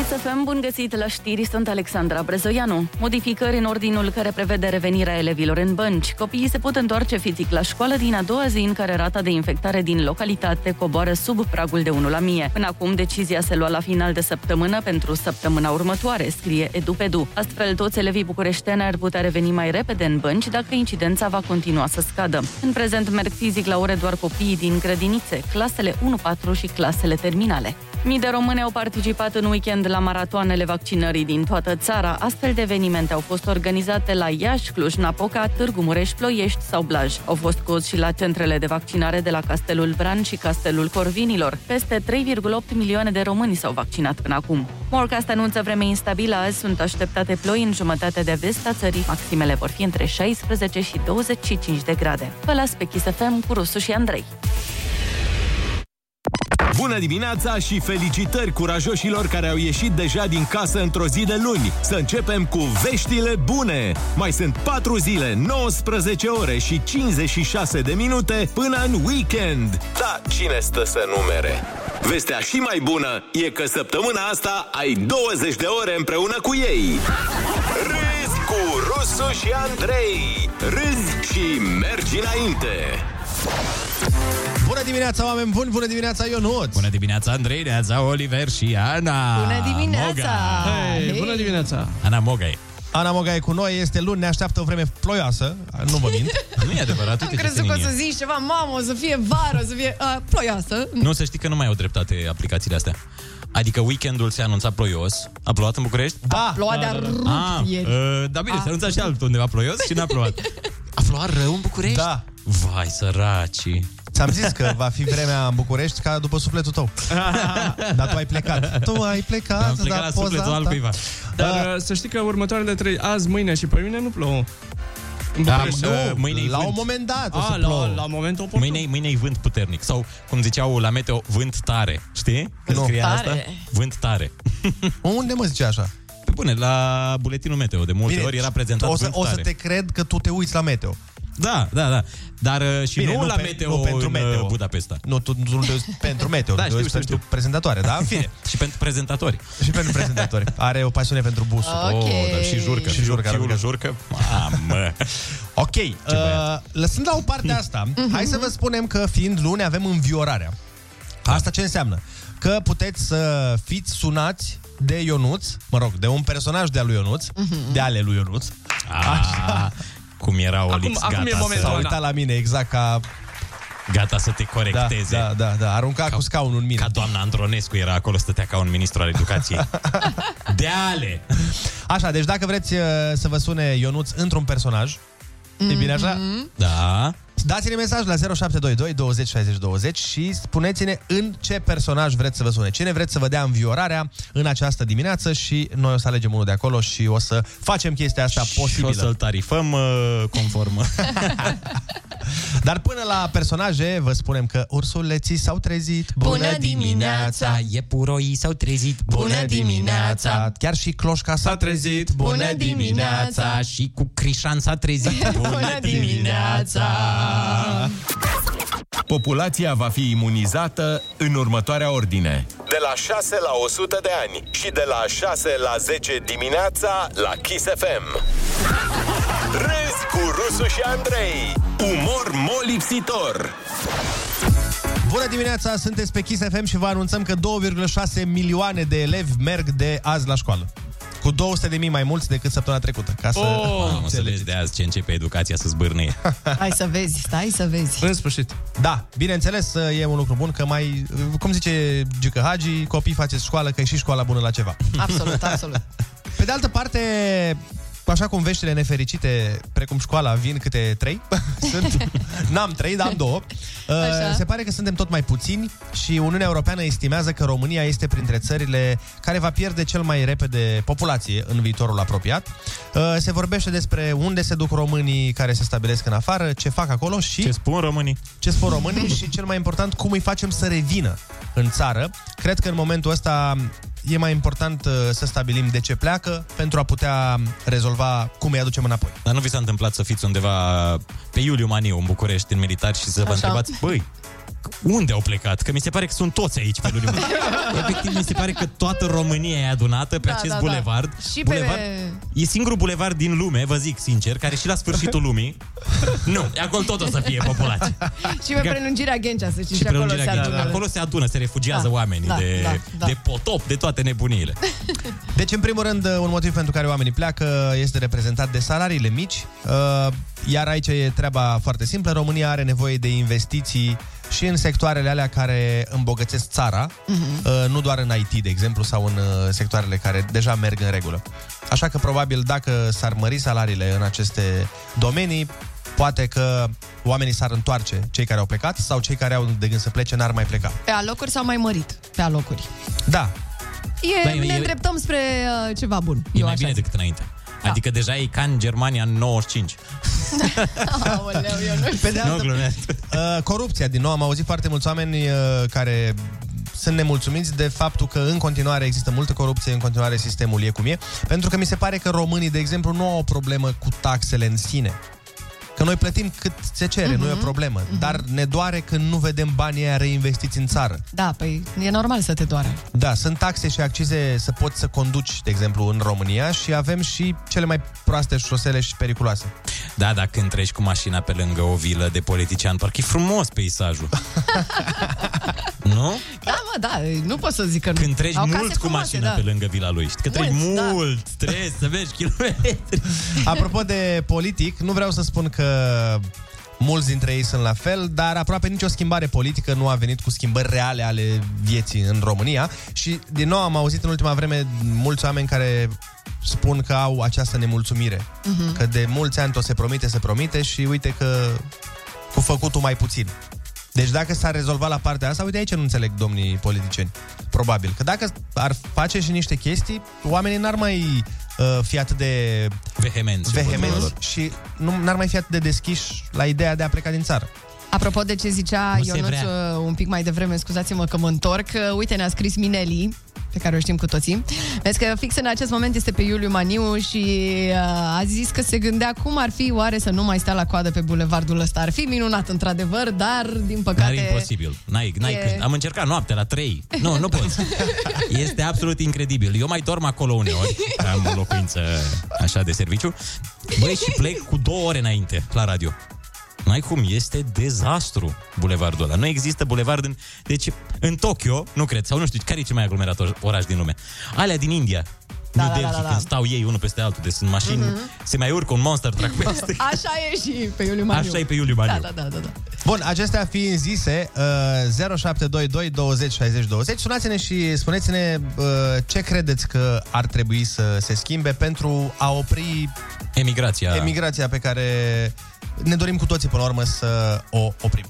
ISFM, bun găsit la știri, sunt Alexandra Brezoianu. Modificări în ordinul care prevede revenirea elevilor în bănci. Copiii se pot întoarce fizic la școală din a doua zi în care rata de infectare din localitate coboară sub pragul de 1 la 1000. Până acum, decizia se lua la final de săptămână pentru săptămâna următoare, scrie EduPedu. Astfel, toți elevii bucureșteni ar putea reveni mai repede în bănci dacă incidența va continua să scadă. În prezent merg fizic la ore doar copiii din grădinițe, clasele 1-4 și clasele terminale. Mii de români au participat în weekend la maratoanele vaccinării din toată țara. Astfel de evenimente au fost organizate la Iași, Cluj-Napoca, Târgu Mureș, Ploiești sau Blaj. Au fost cozi și la centrele de vaccinare de la Castelul Bran și Castelul Corvinilor. Peste 3,8 milioane de români s-au vaccinat până acum. Morcast anunță vreme instabilă azi, sunt așteptate ploi în jumătate de vest a țării. Maximele vor fi între 16 și 25 de grade. Vă las pe Kiss FM cu Rusu și Andrei. Bună dimineața și felicitări curajoșilor care au ieșit deja din casă într-o zi de luni. Să începem cu veștile bune. Mai sunt 4 zile, 19 ore și 56 de minute până în weekend. Da, cine stă să numere? Vestea și mai bună e că săptămâna asta ai 20 de ore împreună cu ei. Râzi cu Rusu și Andrei. Râzi și mergi înainte. Bună dimineața, oameni buni! Bună dimineața, Ionuț! Bună dimineața, Andrei, neața, Oliver și Ana Bună dimineața! Moga. Hei, Hei. bună dimineața! Ana Mogai Ana Moga e cu noi, este luni, ne așteaptă o vreme ploioasă, nu vă mint. nu e adevărat, Am crezut că o să zici ceva, mamă, o să fie vară, o să fie uh, ploioasă. Nu, să știi că nu mai au dreptate aplicațiile astea. Adică weekendul se anunța ploios. A plouat în București? Da. A plouat, dar rupt ieri. Da, bine, A. se anunța și altundeva ploios și n-a plouat. A plouat rău în București? Da. Vai, săracii. Ți-am zis că va fi vremea în București ca după sufletul tău. Dar tu ai plecat. Tu ai plecat, Am plecat dar la poza sufletul ta- altcuiva. Dar uh, să știi că următoarele trei, azi, mâine și pe mâine, nu plouă. În Da, București. Uh, mă, nu, mâine e la vânt. un moment Da, dat o A, să la- plouă. la momentul oportun. Mâine, mâine e vânt puternic. Sau, cum ziceau la meteo, vânt tare. Știi? Că Nu. scrie Tare. asta? Vânt tare. Unde mă zice așa? Pe bune, la buletinul meteo, de multe ori era prezentat o să, vânt o să tare. te cred că tu te uiți la meteo. Da, da, da. Dar uh, și Bine, nu, nu la pe- meteo nu pentru în meteo. uh, Budapesta. Nu, tu nu te uiți pentru meteo, Da, da, tu te știu, uiți știu, pentru prezentatoare, da? În fine. și pentru prezentatori. Și pentru prezentatori. Are o pasiune pentru bus. Ok. Oh, dar și jurcă. Și jurcă. Fiul aruncă. jurcă. Mamă. Ok, uh, lăsând la o Hm. parte asta, Mhm. hai să vă spunem că fiind luni avem înviorarea. Da. Asta ce înseamnă? Că puteți să fiți sunați de Ionuț, mă rog, de un personaj de-al lui Ionuț, de ale lui Ionuț. Așa. Cum Mhm. Ah. era o Acum- acum e momentul, S-a uitat Ana. la mine, exact ca... Gata să te corecteze. Da, da, da, da. arunca ca, cu scaunul în mine. Ca doamna Andronescu era acolo, stătea ca un ministru al educației. de ale! Așa, deci dacă vreți uh, să vă sune Ionuț într-un personaj, e bine așa? Da. Dați-ne mesaj la 0722 20 60 20 și spuneți-ne în ce personaj vreți să vă sune. Cine vreți să vă dea înviorarea în această dimineață și noi o să alegem unul de acolo și o să facem chestia asta Și posibilă. o să-l tarifăm uh, conform. Dar până la personaje, vă spunem că ursuleții s-au trezit. Bună dimineața! Iepuroii s-au trezit. Bună dimineața! Chiar și cloșca s-a trezit. Bună dimineața! Și cu Crișan s-a trezit. Bună dimineața! Populația va fi imunizată în următoarea ordine. De la 6 la 100 de ani și de la 6 la 10 dimineața la Kiss FM. Râzi cu Rusu și Andrei. Umor molipsitor. Bună dimineața, sunteți pe Kiss FM și vă anunțăm că 2,6 milioane de elevi merg de azi la școală. Cu 200 de mii mai mulți decât săptămâna trecută. Ca să... Oh, Mamă, să vezi de azi ce începe educația să zbârnâie. Hai să vezi, stai să vezi. În sfârșit. Da, bineînțeles, e un lucru bun că mai, cum zice Gică Hagi, copii faceți școală, că e și școala bună la ceva. Absolut, absolut. Pe de altă parte, așa cum veștile nefericite, precum școala, vin câte trei, sunt, n-am trei, dar am două, Uh, Așa. se pare că suntem tot mai puțini și Uniunea Europeană estimează că România este printre țările care va pierde cel mai repede populație în viitorul apropiat. Uh, Se vorbește despre unde se duc românii care se stabilesc în afară, ce fac acolo și... Ce spun românii. Ce spun românii și, cel mai important, cum îi facem să revină în țară. Cred că în momentul ăsta e mai important uh, să stabilim de ce pleacă pentru a putea rezolva cum îi aducem înapoi. Dar nu vi s-a întâmplat să fiți undeva pe Iuliu Maniu în București, în militar și să Așa. vă întrebați, băi, unde au plecat? Că mi se pare că sunt toți aici pe Iuliu Maniu. Efectiv, mi se pare că toată România e adunată pe Da, acest da, da. bulevard. Și pe- bulevard E singurul bulevard din lume, vă zic sincer, care și la sfârșitul lumii, nu, acolo tot o să fie populație. Și pe prelungirea Ghencea, să știi, și, acolo se prelungirea da, adună. Gheorghe. Acolo se adună, se refugiază Da, oamenii da, de, da, da. de potop, de toate nebuniile. Deci, în primul rând, un motiv pentru care oamenii pleacă este reprezentat de salariile mici, uh, iar aici e treaba foarte simplă. România are nevoie de investiții și în sectoarele alea care îmbogățesc țara, Mhm. uh, nu doar în IT, de exemplu, sau în uh, sectoarele care deja merg în regulă. Așa că, probabil, dacă s-ar mări salariile în aceste domenii, poate că oamenii s-ar întoarce, cei care au plecat sau cei care au de gând să plece n-ar mai pleca. Pe alocuri s-au mai mărit, pe alocuri. Da, E, Da, da, e- ne e- îndreptăm spre uh, ceva bun. E mai bine decât înainte. Da. Adică deja e ca în Germania în 95. Aoleu, eu nu Pe de altă- Uh, corupția, din nou, am auzit foarte mulți oameni uh, care sunt nemulțumiți de faptul că în continuare există multă corupție, în continuare sistemul e cum e, pentru că mi se pare că românii, de exemplu, nu au o problemă cu taxele în sine. Că noi plătim cât se cere, uh-huh, nu e o problemă, uh-huh. dar ne doare când nu vedem banii aia reinvestiți în țară. Da, păi e normal să te doare. Da, sunt taxe și accize să poți să conduci, de exemplu, în România și avem și cele mai proaste șosele și periculoase. Da, dacă întreci cu mașina pe lângă o vilă de politician, parcă e frumos peisajul. nu? Da, mă, da, nu pot să zic că nu. Când treci Au case mult cu frumoase, mașina da. pe lângă vila lui, știi că treci mult, mult da. trebuie să mergi kilometri. Apropo de politic, nu vreau să spun că mulți dintre ei sunt la fel, dar aproape nicio schimbare politică nu a venit cu schimbări reale ale vieții în România și din nou am auzit în ultima vreme mulți oameni care spun că au această nemulțumire, Mhm. uh-huh. că de mulți ani tot se promite, se promite și uite că cu făcutul mai puțin. Deci dacă s-ar rezolva la partea asta, uite aici nu înțeleg domnii politicieni, probabil. Că dacă ar face și niște chestii, oamenii n-ar mai uh, fi atât de vehemenți, vehemenți și nu, n-ar mai fi atât de deschiși la ideea de a pleca din țară. Apropo de ce zicea Nu se Ionuț vrea. uh, un pic mai devreme, scuzați-mă că mă întorc, uh, uite ne-a scris Mineli, pe care o știm cu toții. Vezi că fix în acest moment este pe Iuliu Maniu și uh, a zis că se gândea cum ar fi oare să nu mai stea la coadă pe bulevardul ăsta. Ar fi minunat într-adevăr, dar din Dar păcate... e imposibil. N-ai, n-ai E- când. Am încercat noaptea la 3. Nu, nu pot. Este absolut incredibil. Eu mai dorm acolo uneori. Am o locuință așa de serviciu. Băi, și plec cu două ore înainte la radio. N-ai cum, este dezastru bulevardul ăla. Nu există bulevard în... Deci, în Tokyo, nu cred, sau nu știu, care e cel mai aglomerat or- oraș din lume? Alea din India. Da, New da, da, Delhi, da, da. când stau ei unul peste altul, deci sunt mașini, Mhm. se mai urcă un monster truck peste. Așa e și pe Iuliu Maniu. Așa e pe Iuliu Maniu. Da, da, da, da. da. Bun, acestea fiind zise, uh, 0722 20 60 20, sunați-ne și spuneți-ne uh, ce credeți că ar trebui să se schimbe pentru a opri Emigrația. emigrația pe care ne dorim cu toții până la urmă să o oprim.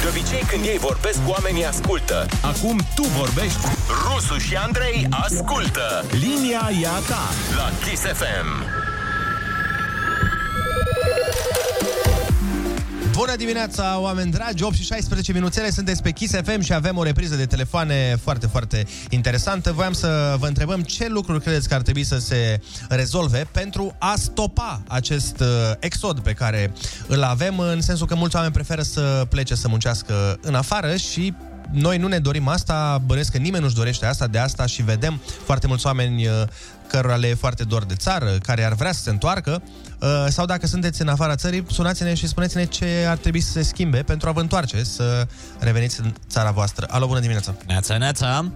De obicei când ei vorbesc, oamenii ascultă. Acum tu vorbești. Rusu și Andrei ascultă. Linia e a ta la Kiss FM. Bună dimineața, oameni dragi! 8 și 16 minuțele, sunteți pe Kiss FM și avem o repriză de telefoane foarte, foarte interesantă. Voiam să vă întrebăm ce lucruri credeți că ar trebui să se rezolve pentru a stopa acest uh, exod pe care îl avem, în sensul că mulți oameni preferă să plece să muncească în afară și noi nu ne dorim asta, bănesc că nimeni nu-și dorește asta, de asta și vedem foarte mulți oameni uh, cărora le e foarte dor de țară, care ar vrea să se întoarcă, uh, sau dacă sunteți în afara țării, sunați-ne și spuneți-ne ce ar trebui să se schimbe pentru a vă întoarce, să reveniți în țara voastră. Alo, bună dimineața! Neața, neața!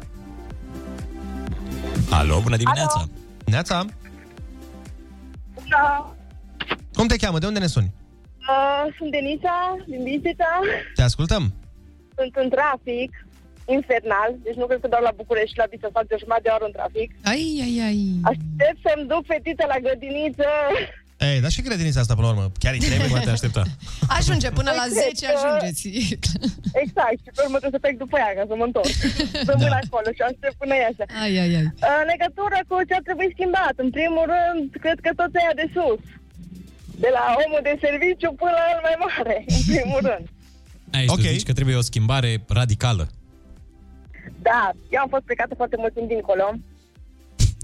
Alo, bună dimineața! Alo. Neața! Da, Cum te cheamă? De unde ne suni? uh, sunt Denisa din Bistrița, Te ascultăm? sunt în trafic infernal, deci nu cred că doar la București și la Bistrița fac de o jumătate de oră în trafic. Ai, ai, ai. Aștept să-mi duc fetița la grădiniță. Ei, dar și credința asta, până la urmă, chiar îi trebuie? Poate aștepta. Ajunge până la Păi cred 10, că- ajungeți. Exact, și pe urmă trebuie să plec după ea ca să mă întorc. Rămân da. acolo și aștept până iasă. Ai, ai, ai. În legătură cu ce ar trebui schimbat, în primul rând, cred că toți aia de sus. De la omul de serviciu până la el mai mare, în primul rând. Aici okay. tu zici că trebuie o schimbare radicală. Da, eu am fost plecată foarte mult timp dincolo.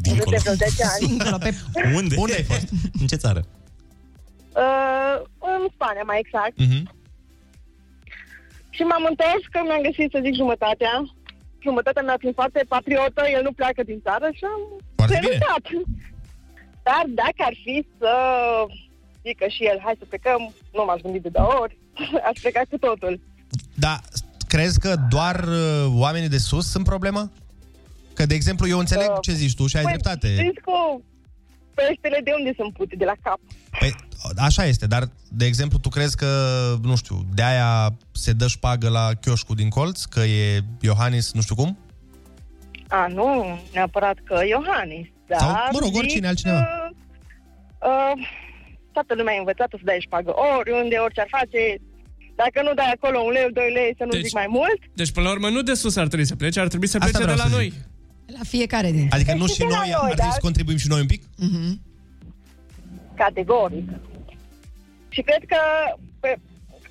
Dincolo? De vreo 10 ani. Dincolo, pe... Unde? Unde ai fost? În ce țară? Uh, în Spania, mai exact. Și m-am întors că mi-am găsit, să zic, jumătatea. Jumătatea mea fiind foarte patriotă, el nu pleacă din țară și am renunțat. Dar dacă ar fi să zică și el, hai să plecăm, nu m-aș gândit de două ori, aș pleca cu totul. Da, crezi că doar uh, oamenii de sus sunt problema? Că, de exemplu, eu înțeleg Uh, ce zici tu și ai păi, dreptate. Păi, Știți cu peștele de unde sunt pute, de la cap. Păi, așa este, dar, de exemplu, tu crezi că, nu știu, de-aia se dă șpagă la chioșcul din colț, că e Iohannis nu știu cum? A, nu, neapărat că Iohannis. Dar Sau, mă rog, oricine, zic, altcineva. Uh, uh, toată lumea e învățată să dai șpagă oriunde, orice ar face. Dacă nu dai acolo un leu, doi lei, să nu deci... zic mai mult. Deci, până la urmă, nu de sus ar trebui să plece, ar trebui să plece de vreau la să noi. La fiecare dintre Adică nu și de la noi noi, ar da. trebui să contribuim și noi un pic? Mm-hmm. Categoric. Și cred că pe,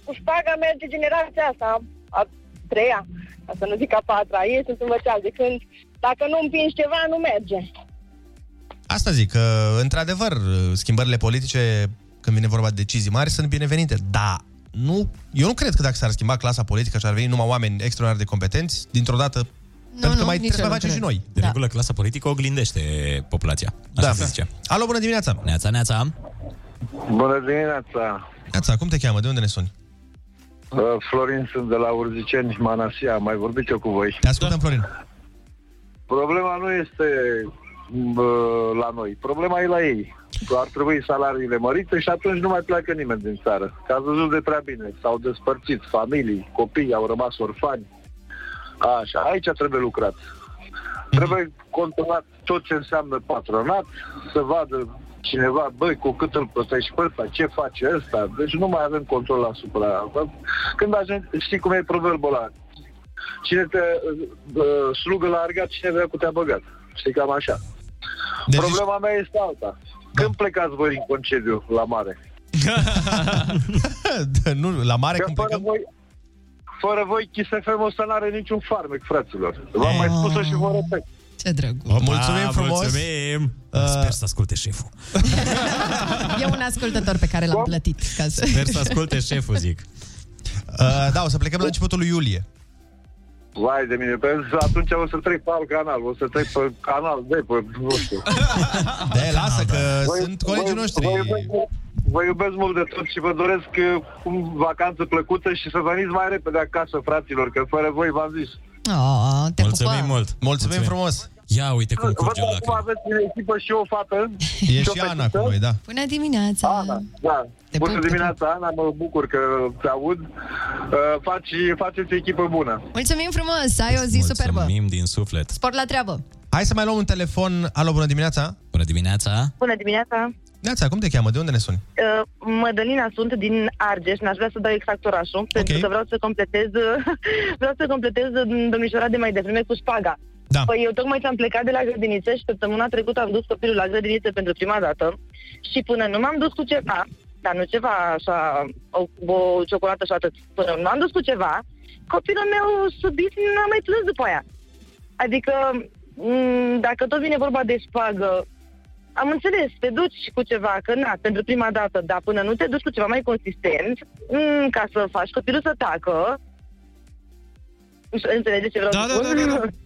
cu șpaga merge generația asta, a treia, ca să nu zic a patra. Ei sunt învățați de când, dacă nu împingi ceva, nu merge. Asta zic, că, într-adevăr, schimbările politice, când vine vorba de decizii mari, sunt binevenite, da. Nu, eu nu cred că dacă s-ar schimba clasa politică și ar veni numai oameni extraordinar de competenți, dintr-o dată, Nu, pentru că nu, mai trebuie nici să mai eu nu facem și cred. noi. De da. regulă, clasa politică oglindește populația. Așa da. se zicea. Alo, bună dimineața! Neața, neața! Bună dimineața! Neața, cum te cheamă? De unde ne suni? Uh, Florin, sunt de la Urziceni, Manasia. Am Mai vorbit eu cu voi. Te ascultăm, Florin. Problema nu este uh, la noi. Problema e la ei. Ar trebui salariile mărite și atunci nu mai pleacă nimeni din țară. Că ați văzut de prea bine. S-au despărțit familii, copii, au rămas orfani. Așa, aici trebuie lucrat. Trebuie controlat tot ce înseamnă patronat, să vadă cineva, băi, cu cât îl plătești pe ăsta, ce face ăsta, deci nu mai avem control asupra. Când ajungi, știi cum e proverbul ăla, cine te uh, slugă l-a argat, cine vrea cu te-a băgat. Știi, cam așa. Deci... Problema mea este alta. Când plecați voi în concediu la mare? Da, nu, la mare cum plecăm? Voi, fără voi, Kiss FM o să n-are niciun farmec, fraților. V-am mai spus-o și vă repet. Ce drăguț. Mulțumim frumos! Mulțumim! Uh... Sper să asculte șeful. E un ascultător pe care l-am plătit. Ca să... Sper să asculte șeful, zic. Uh, da, o să plecăm la începutul lui iulie. Vai de mine, pentru că atunci o să trec pe alt canal, o să trec pe canal B, pe nu știu. De, lasă că sunt colegii noștri. Vă iubesc, mult- vă iubesc mult de tot și vă doresc uh, cum, vacanță plăcută și să veniți mai repede acasă, fraților, că fără voi v-am zis. Oh, te Mulțumim pupăm. mult! Mulțumim, frumos! Ia uite cum Văd curge că o acum lacrimă. aveți în echipă și o fată. E o și Ana fetiță. cu noi, da. Până dimineața. Ana. Da. Bună dimineața, Ana, mă bucur că te aud. Uh, faci, faceți echipă bună. Mulțumim frumos, ai o zi superbă. Mulțumim din suflet. Sport la treabă. Hai să mai luăm un telefon. Alo, bună dimineața! Bună dimineața! Bună dimineața! Neața, cum te cheamă? De unde ne suni? Uh, Mădălina sunt din Argeș, n-aș vrea să dau exact orașul, okay. pentru că vreau să completez, uh, vreau să completez domnișoara de mai devreme cu spaga. Da. Păi eu tocmai am plecat de la grădiniță și săptămâna trecută am dus copilul la grădiniță pentru prima dată și până nu m-am dus cu ceva, dar nu ceva așa, o, o ciocolată și atât, până nu m-am dus cu ceva, copilul meu subit n-a mai plâns după aia. Adică, m, dacă tot vine vorba de spagă, am înțeles, te duci cu ceva, că na, pentru prima dată, dar până nu te duci cu ceva mai consistent, m, ca să faci copilul să tacă, nu știu, înțelegeți ce vreau Da, să da, spun? da, da, da.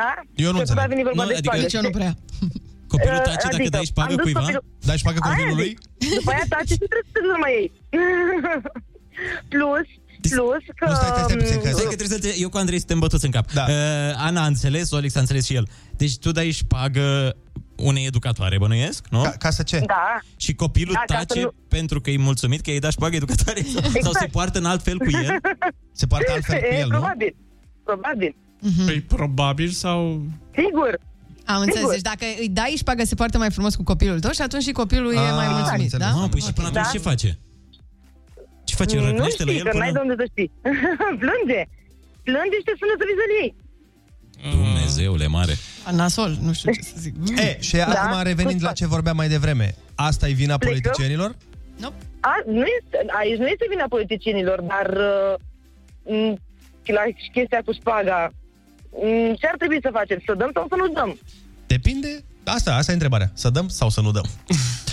Da? Eu nu Că tot înțeleg. a venit vorba Nu, de adică spagă. nici eu nu prea. Copilul Uh, tace dacă adică, dai șpagă am dus cuiva? copilul- Dai șpagă Aia copilului? zic. După aia tace și trebuie să te urmă ei. plus, plus că... Deci- Stai că trebuie să te... Eu cu Andrei suntem bătuți în cap. Da. Uh, Ana a înțeles, Olix a înțeles și el. Deci tu dai șpagă unei educatoare, bănuiesc, nu? Ca, ca să ce? Da. Și copilul Da, da, ca să tace nu- nu... pentru că e mulțumit că i-ai dat șpagă educatoare exact. sau se poartă în alt fel cu el. Se poartă altfel cu E, el, nu? Probabil, probabil. Păi probabil sau... Sigur. Am înțeles. Sigur. Deci dacă îi dai șpagă, se poartă mai frumos cu copilul tău și atunci și copilul e mai mulțumit, da? Mamă, păi și până atunci Da. ce face? Ce face? Nu Răcnește la știi, el că până... n-ai de unde să știi. Plânge. Plânge și te sună să vizări ei. Mm-hmm. Dumnezeule mare. Nasol, nu știu ce să zic. E, și da, acum revenind la ce vorbeam mai devreme, asta e vina Plecăm? politicienilor? A, nu este, aici nu este vina politicienilor, dar uh, m, la chestia cu spaga mm, ce ar trebui să facem? Să dăm sau să nu dăm? Depinde. Asta, asta e întrebarea. Să dăm sau să nu dăm?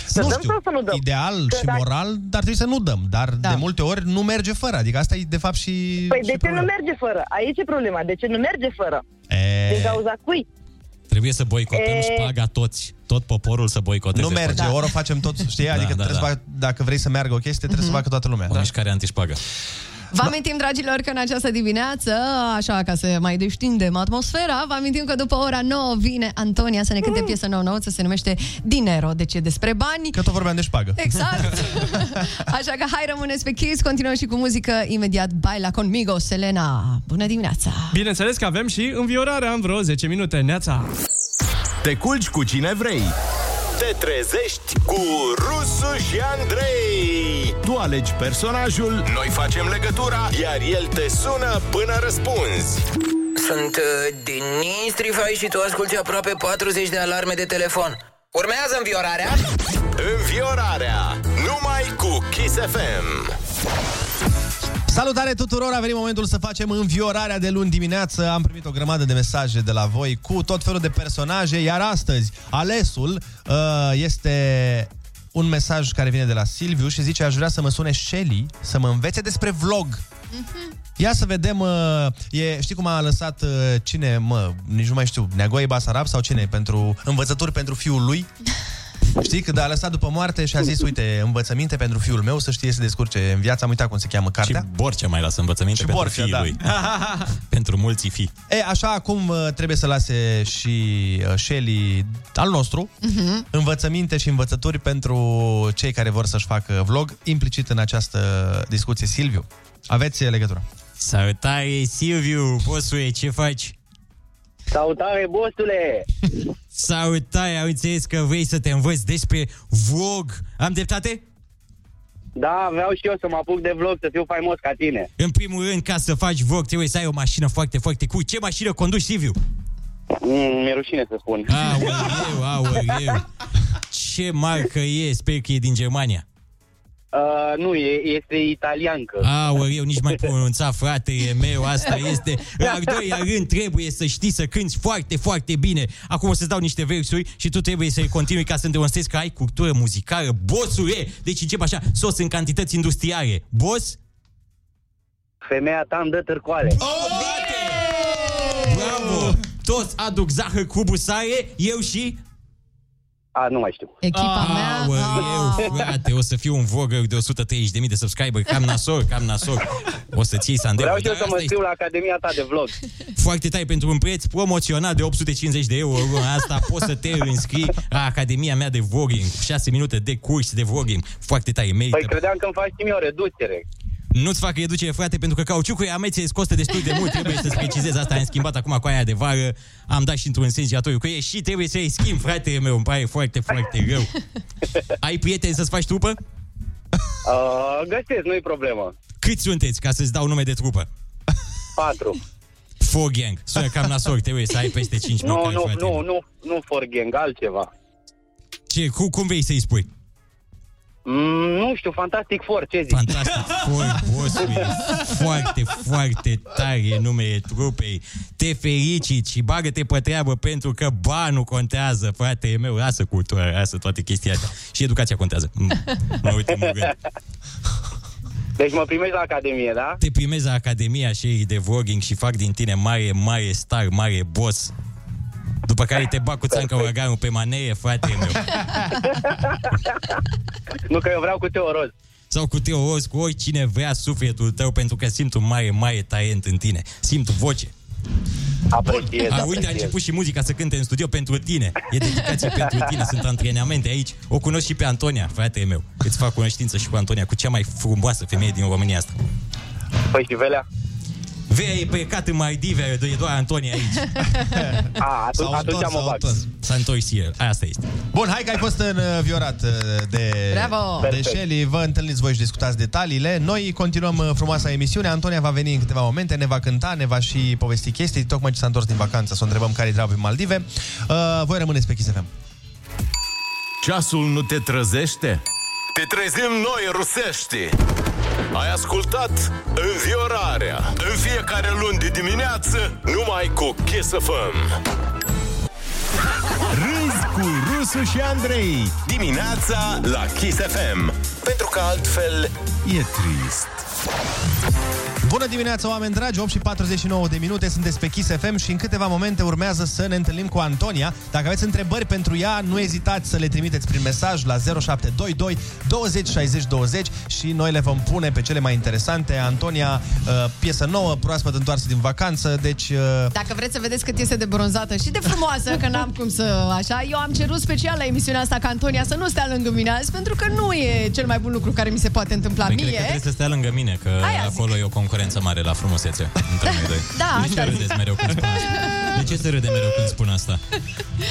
Să nu dăm știu. sau să nu dăm? Ideal Că și dacă- moral, dar trebuie să nu dăm. Dar da. de multe ori nu merge fără. Adică asta e de fapt și... Păi și de ce problema. nu merge fără? Aici e problema. De ce nu merge fără? E, Din cauza cui? trebuie să boicotăm E. e... șpaga toți. Tot poporul să boicoteze. Nu merge, șpaga. ori o facem tot, știi? Adică da, trebuie da, să fac, dacă vrei să meargă o chestie, trebuie să facă toată lumea. O da. mișcare antișpagă. Vă amintim, dragilor, că în această dimineață, așa ca să mai deștindem atmosfera, vă amintim că după ora 9 vine Antonia să ne Mm. cânte piesă nouă nouță, se numește Dinero, deci e despre bani. Că tot vorbeam de șpagă. Exact. Așa că hai rămâneți pe Kiss, continuăm și cu muzică imediat Baila Conmigo, Selena. Bună dimineața! Bineînțeles că avem și înviorarea în vreo 10 minute. Neața! Te culci cu cine vrei. Te trezești cu Rusu și Andrei. Tu alegi personajul, noi facem legătura, iar el te sună până răspunzi. Sunt uh, din Nistrifai și tu asculti aproape 40 de alarme de telefon. Urmează înviorarea? Înviorarea, numai cu Kiss FM. Salutare tuturor! A venit momentul să facem înviorarea de luni dimineață. Am primit o grămadă de mesaje de la voi cu tot felul de personaje, iar astăzi alesul uh, este un mesaj care vine de la Silviu și zice aș vrea să mă sune Shelly să mă învețe despre vlog. Mm-hmm. Ia să vedem, uh, e, știi cum a lăsat uh, cine, mă, nici nu mai știu, Neagoe Basarab sau cine, pentru învățături pentru fiul lui? Știi că a lăsat după moarte și a zis, uite, învățăminte pentru fiul meu să știe să se descurce în viață. Am uitat cum se cheamă cartea. Și Borcea mai lasă învățăminte Și pentru Borcea, fiii da. lui. pentru mulți fii. E, așa acum uh, trebuie să lase și uh, Shelly al nostru Mhm. învățăminte și învățături pentru cei care vor să-și facă vlog, implicit în această discuție. Silviu, aveți uh, legătura. Salutare, Silviu, bosule, ce faci? Salutare, bostule! Salutare, am înțeles că vrei să te învăț despre vlog. Am dreptate? Da, vreau și eu să mă apuc de vlog, să fiu faimos ca tine. În primul rând, ca să faci vlog, trebuie să ai o mașină foarte, foarte cool. Ce mașină conduci, Silviu? Mm, mi-e rușine să spun. Aoleu, aoleu. Ce marcă e? Sper că e din Germania. Uh, nu, e, este italiancă. Aoleu, nici mai pronunța fratele meu, asta este. În al doilea rând, trebuie să știi să cânti foarte, foarte bine. Acum o să-ți dau niște versuri și tu trebuie să-i continui ca să-mi demonstrezi că ai cultură muzicală. Bosule! Deci încep așa, sos în cantități industriale. Bos? Femeia ta îmi dă târcoale. Bravo! Toți aduc zahăr cu busare, eu și... A, nu mai știu. Echipa mea... Aoleu, frate, o să fiu un vlogger de 130.000 de subscriber, cam nasor, cam nasor. O să-ți iei sandeul. Vreau și eu Dar să mă asta scriu la Academia ta de vlog. foarte tare pentru un preț promoționat de 850 de euro. Luna asta poți să te înscrii la Academia mea de vlogging. 6 minute de curs de vlogging. Foarte tare, merită. Păi credeam că îmi faci și mie o reducere. Nu-ți fac reducere, frate, pentru că cauciucurile amețe îți costă destul de mult. Trebuie să-ți precizez asta. Am schimbat acum cu aia de vară. Am dat și într-un sens giratoriu cu ei și trebuie să-i schimb, fratele meu. Îmi pare foarte, foarte rău. Ai prieteni să-ți faci trupă? Uh, găsesc, nu-i problemă. Câți sunteți ca să-ți dau nume de trupă? Patru. Four gang. Sună cam nasor, trebuie să ai peste 5 Nu, măcar, nu, frate. nu, nu, nu for gang, altceva. Ce, cu, cum vrei să-i spui? Mm, nu știu, fantastic for, ce zici? Fantastic for, bosule. Foarte, foarte tare numele trupei. Te felicit și bagă-te pe treabă pentru că banul contează, fratele meu. Lasă cultura, lasă toate chestia astea. Și educația contează. Mm, În ultimul rând. Deci mă primești la Academie, da? Te primez la Academia și de vlogging și fac din tine mare, mare star, mare boss. După care te bag cu țancă uraganul pe manee, fratele meu. Nu că eu vreau cu Teo Roz. sau cu Teo Oz, cu oricine vrea sufletul tău, pentru că simt un mare, mare talent în tine. Simt voce. Apreciez, Bun. A, uite, a apreciez. început și muzica să cânte în studio pentru tine. E dedicație pentru tine, sunt antrenamente aici. O cunosc și pe Antonia, fratele meu. Îți fac cunoștință și cu Antonia, cu cea mai frumoasă femeie din România asta. Păi și Velea? Vea e plecat în Maldive, e doar Antonia aici. A, atunci, atunci mă bag. S-a întors el, asta este. Bun, hai că ai fost în uh, viorat uh, de, Bravo! de Perfect. Shelly. Vă întâlniți voi și discutați detaliile. Noi continuăm uh, frumoasa emisiune. Antonia va veni în câteva momente, ne va cânta, ne va și povesti chestii. Tocmai ce s-a întors din vacanță, să o întrebăm care-i treaba pe Maldive. Uh, voi rămâneți pe Kiss FM. ceasul nu te trezește? Te trezim noi rusești. Ai ascultat Înviorarea În fiecare luni de dimineață Numai cu Kiss FM Râzi cu Rusu și Andrei Dimineața la Kiss FM Pentru că altfel E trist Bună dimineața, oameni dragi! 8 și 49 de minute, sunteți pe Kiss FM și în câteva momente urmează să ne întâlnim cu Antonia. Dacă aveți întrebări pentru ea, nu ezitați să le trimiteți prin mesaj la 0722 20 60 20 și noi le vom pune pe cele mai interesante. Antonia, uh, piesă nouă, proaspăt întoarsă din vacanță, deci... uh, Dacă vreți să vedeți cât este de bronzată și de frumoasă, că n-am cum să așa, eu am cerut special la emisiunea asta ca Antonia să nu stea lângă mine azi, pentru că nu e cel mai bun lucru care mi se poate întâmpla Păi, cred că mie. trebuie să stea lângă mine, că Aia zic. acolo e o concurență mare la frumusețe între noi doi. Da, De ce asta râdeți mereu când spun asta? De ce se râde mereu când spun asta?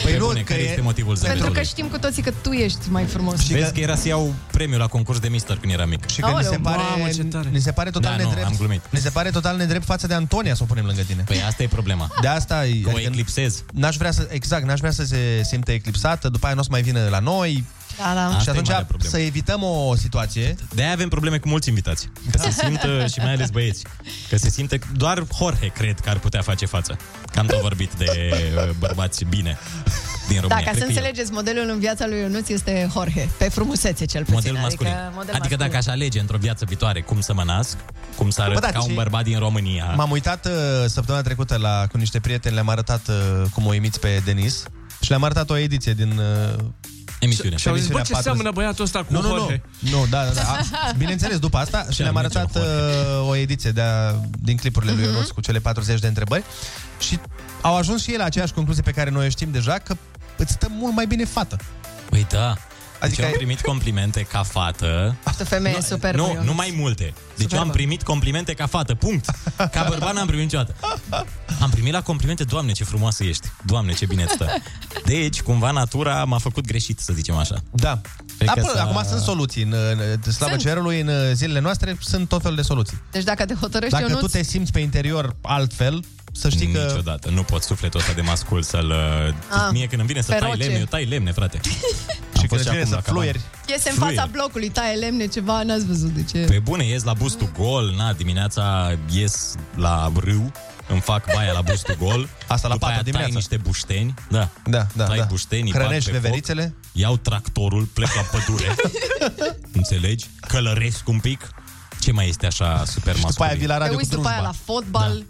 Păi nu, bune, care este motivul Pentru că zâmbetului? știm cu toții că tu ești mai frumos. Vezi că era să iau premiul la concurs de mister când era mic. Și că ni se pare, ni se pare total Da, nu, nedrept. am glumit. Ni se pare total nedrept față de Antonia să o punem lângă tine. Păi asta e problema. De asta e, adică Că o eclipsez. N-aș vrea să, exact, n-aș vrea să se simte eclipsată, după aia nu o să mai vină la noi. Da, da. și Asta e atunci marea problemă. să evităm o situație. De-aia avem probleme cu mulți invitați. Că se simtă, și mai ales băieți, că se simte... Doar Jorge cred că ar putea face față. Că am tot vorbit de uh, bărbați bine din Da, România. ca Cred să că e înțelegeți, modelul în viața lui Ionuț este Jorge, pe frumusețe cel puțin. Model masculin. Adică, model adică dacă aș alege într-o viață viitoare cum să mă nasc, cum să arăt Bă, da, ca ce- un bărbat din România... M-am uitat uh, săptămâna trecută la, cu niște prieteni, le-am arătat uh, cum o imiți pe Denis și le-am arătat o ediție din... Uh, Emisiune. Și au zis, bă, ce seamănă băiatul ăsta cu nu, nu, Jorge?" Nu, nu, da, da, da. A, Bineînțeles, după asta și le-am arătat uh, o ediție de a, din clipurile Mhm. lui Ionuț cu cele 40 de întrebări și au ajuns și ei la aceeași concluzie pe care noi o știm deja, că îți stă mult mai bine fată. Păi da. Adică Adică deci eu am ai- primit complimente ca fată. Tu femeie no, superbă, nu, Ionuț. nu mai multe. Deci eu am primit complimente ca fată, punct. Ca bărbat n-am primit niciodată. Am primit la complimente, Doamne, ce frumoasă ești. Doamne, ce bine îți stă. Deci, cumva, natura m-a făcut greșit, să zicem așa. Da. Cred Da, că bă, s-a- acum sunt soluții. În, în, slavă Sunt. cerului, în uh, zilele noastre sunt tot felul de soluții. Deci dacă te hotărăști, Dacă Ionuț, tu te simți pe interior altfel, să știi că... Niciodată. Nu pot sufletul ăsta de mascul să-l... Ah, Ah, mie când îmi vine să feroce. tai lemne, eu tai lemne, frate. Și când îți vine să fluieri. iese în fața blocului, taie lemne, ceva, n-ați văzut de ce. Pe bune, ies la bustul gol, na, dimineața ies la râu, îmi fac baia la bustul gol. Asta la patru După aia tai dimineața. niște bușteni. Da. Da, da, tai da. buștenii, Hrănești bag pe veverițele? Foc, iau tractorul, plec la pădure. înțelegi? Călăresc un pic. Ce mai este așa super masculin? După aia vii la Te radio cu uiți după aia drujba. la fotbal,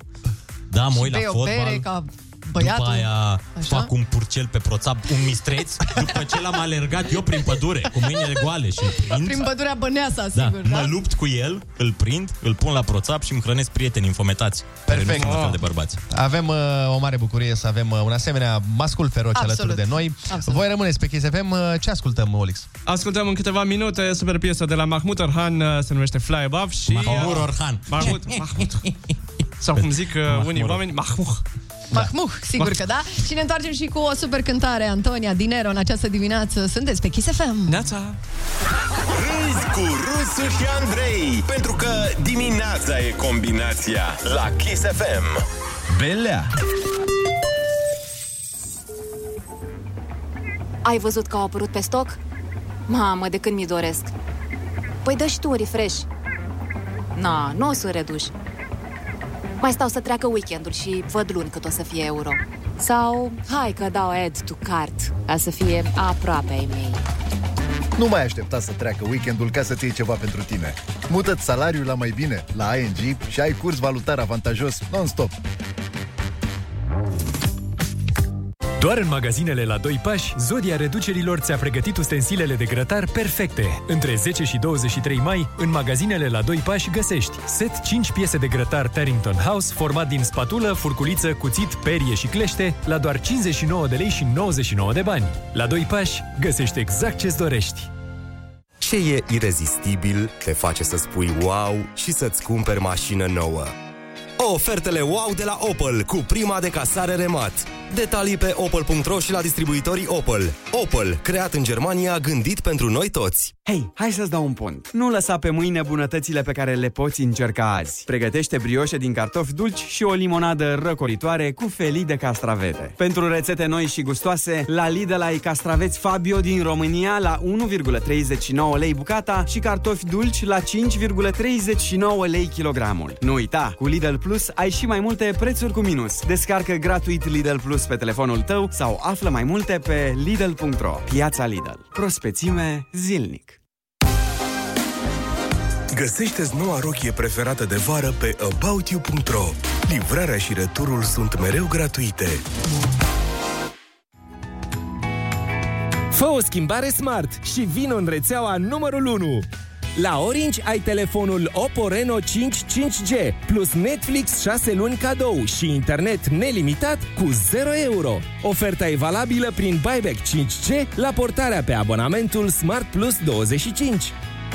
Da, mă uit și la bei o bere fotbal. ca După băiatul. aia Așa? fac un purcel pe proțap, un mistreț, după ce l-am alergat eu prin pădure, cu mâinile goale și îl prind. Prin pădurea Băneasa, Da, sigur, da? mă lupt cu el, îl prind, îl pun la proțap și îmi hrănesc prieteni infometați. Perfect. Oh. Care nu sunt la fel de bărbați. Avem uh, o mare bucurie să avem uh, un asemenea mascul feroce Absolut. alături de noi. Absolut. Voi rămâneți pe Kiss FM. Uh, ce ascultăm, Olix? Ascultăm în câteva minute super piesă de la Mahmut Orhan, uh, se numește Fly Above și... Mahmut Orhan. Mahmut, Mahmut. Sau cum zic uh, unii oameni, Mahmut. Mahmuh, sigur că da. Și ne întoarcem și cu o super cântare, Antonia Dinero, în această dimineață. Sunteți pe Kiss FM. Neața! Râzi cu Rusu și Andrei Pentru că dimineața e combinația La Kiss FM Belea Ai văzut că au apărut pe stoc? Mamă, de când mi doresc. Păi dă și tu un refresh. Na, nu o să reduș. Mai stau să treacă weekendul și văd luni cât o să fie euro. Sau, hai că dau add to cart, ca să fie aproape ai mei. Nu mai aștepta să treacă weekendul ca să-ți iei ceva pentru tine. Mută-ți salariul la mai bine, la ING și ai curs valutar avantajos non-stop. Doar în magazinele la 2 pași, Zodia reducerilor ți-a pregătit ustensilele de grătar perfecte. Între 10 și 23 mai, în magazinele la 2 pași găsești set 5 piese de grătar Tarrington House format din spatulă, furculiță, cuțit, perie și clește la doar 59 de lei și 99 de bani. La 2 pași găsești exact ce-ți dorești. Ce e irezistibil, te face să spui wow și să-ți cumperi mașină nouă. Ofertele wow de la Opel cu prima de casare remat. Detalii pe opel.ro și la distribuitorii Opel. Opel, creat în Germania, gândit pentru noi toți. Hei, hai să-ți dau un pont. Nu lăsa pe mâine bunătățile pe care le poți încerca azi. Pregătește brioșe din cartofi dulci și o limonadă răcoritoare cu felii de castravete. Pentru rețete noi și gustoase, la Lidl ai castraveți Fabio din România la 1,39 lei bucata și cartofi dulci la 5,39 lei kilogramul. Nu uita, cu Lidl Plus ai și mai multe prețuri cu minus. Descarcă gratuit Lidl Plus pe telefonul tău sau află mai multe pe lidl.ro. Piața Lidl. Prospețime zilnic. Găsește-ți noua rochie preferată de vară pe aboutyou.ro Livrarea și returul sunt mereu gratuite. Fă o schimbare smart și vin în rețeaua numărul 1. La Orange ai telefonul Oppo Reno 5 5G plus Netflix 6 luni cadou și internet nelimitat cu 0 euro. Oferta e valabilă prin buyback 5G la portarea pe abonamentul Smart Plus 25.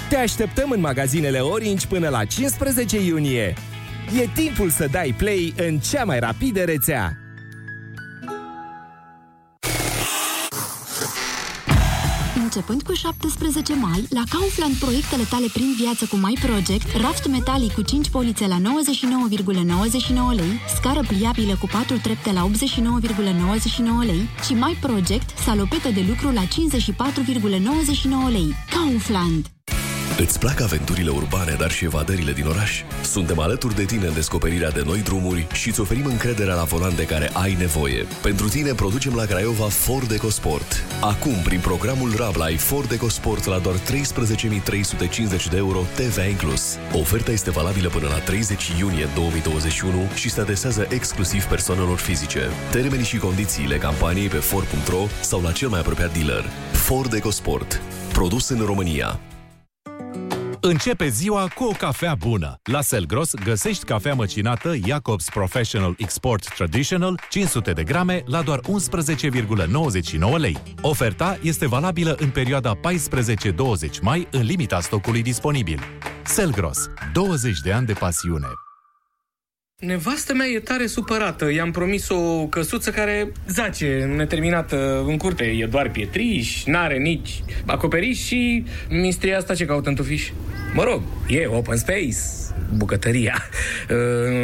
Te așteptăm în magazinele Orange până la 15 iunie. E timpul să dai play în cea mai rapidă rețea. Începând cu 17 mai, la Kaufland proiectele tale prin viață cu My Project, raft metalic cu 5 polițe la 99,99 lei, scară pliabilă cu 4 trepte la 89,99 lei și My Project, salopetă de lucru la 54,99 lei. Kaufland! Îți plac aventurile urbane, dar și evadările din oraș? Suntem alături de tine în descoperirea de noi drumuri și îți oferim încrederea la volan de care ai nevoie. Pentru tine producem la Craiova Ford EcoSport. Acum, prin programul Rabla, ai Ford EcoSport la doar 13.350 de euro TVA inclus. Oferta este valabilă până la 30 iunie 2021 și se adresează exclusiv persoanelor fizice. Termenii și condițiile campaniei pe Ford.ro sau la cel mai apropiat dealer. Ford EcoSport. Produs în România. Începe ziua cu o cafea bună. La Selgros găsești cafea măcinată Jacobs Professional Export Traditional 500 de grame la doar 11,99 lei. Oferta este valabilă în perioada 14-20 mai în limita stocului disponibil. Selgros, 20 de ani de pasiune. Nevastă mea e tare supărată. I-am promis o căsuță care zace, neterminată în curte. E doar pietriș, n-are nici acoperiș și mistria asta ce caută în tufiș. Mă rog, e open space, bucătăria,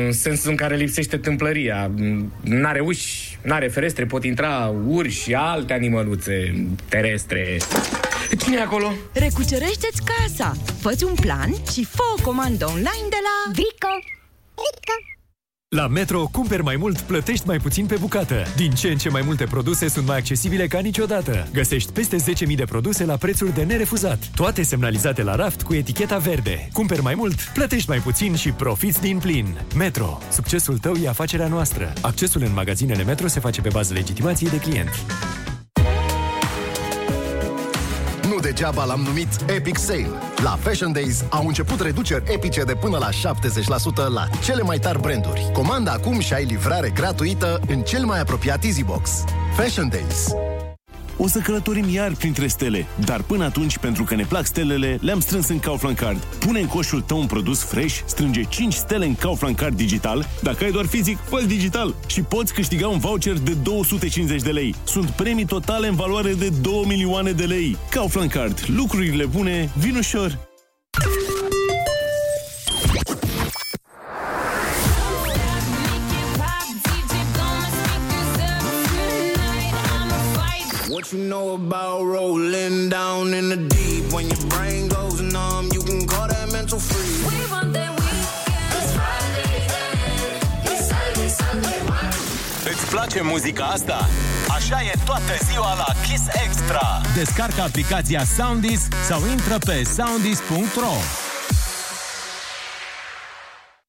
în sensul în care lipsește tâmplăria. N-are uși, n-are ferestre, pot intra urși și alte animăluțe terestre. Cine e acolo? Recucerește-ți casa, fă un plan și fă o comandă online de la... Brico! Brico! La Metro, cumperi mai mult, plătești mai puțin pe bucată. Din ce în ce mai multe produse sunt mai accesibile ca niciodată. Găsești peste 10.000 de produse la prețuri de nerefuzat. Toate semnalizate la raft cu eticheta verde. Cumperi mai mult, plătești mai puțin și profiți din plin. Metro. Succesul tău e afacerea noastră. Accesul în magazinele Metro se face pe bază legitimației de client. Nu degeaba l-am numit Epic Sale. La Fashion Days au început reduceri epice de până la 70% la cele mai tari branduri. Comanda acum și ai livrare gratuită în cel mai apropiat Easybox. Fashion Days. O să călătorim iar printre stele, dar până atunci, pentru că ne plac stelele, le-am strâns în Kaufland Card. Pune în coșul tău un produs fresh, strânge 5 stele în Kaufland Card digital, dacă ai doar fizic, fă digital și poți câștiga un voucher de 250 de lei. Sunt premii totale în valoare de 2 milioane de lei. Kaufland Card. Lucrurile bune vin ușor. What you know about rolling down in the deep? When your brain goes numb, you can call that mental freeze. We want that Îți place muzica asta? Așa e toată ziua la Kiss Extra. Descarcă aplicația Soundis sau intră pe soundis.ro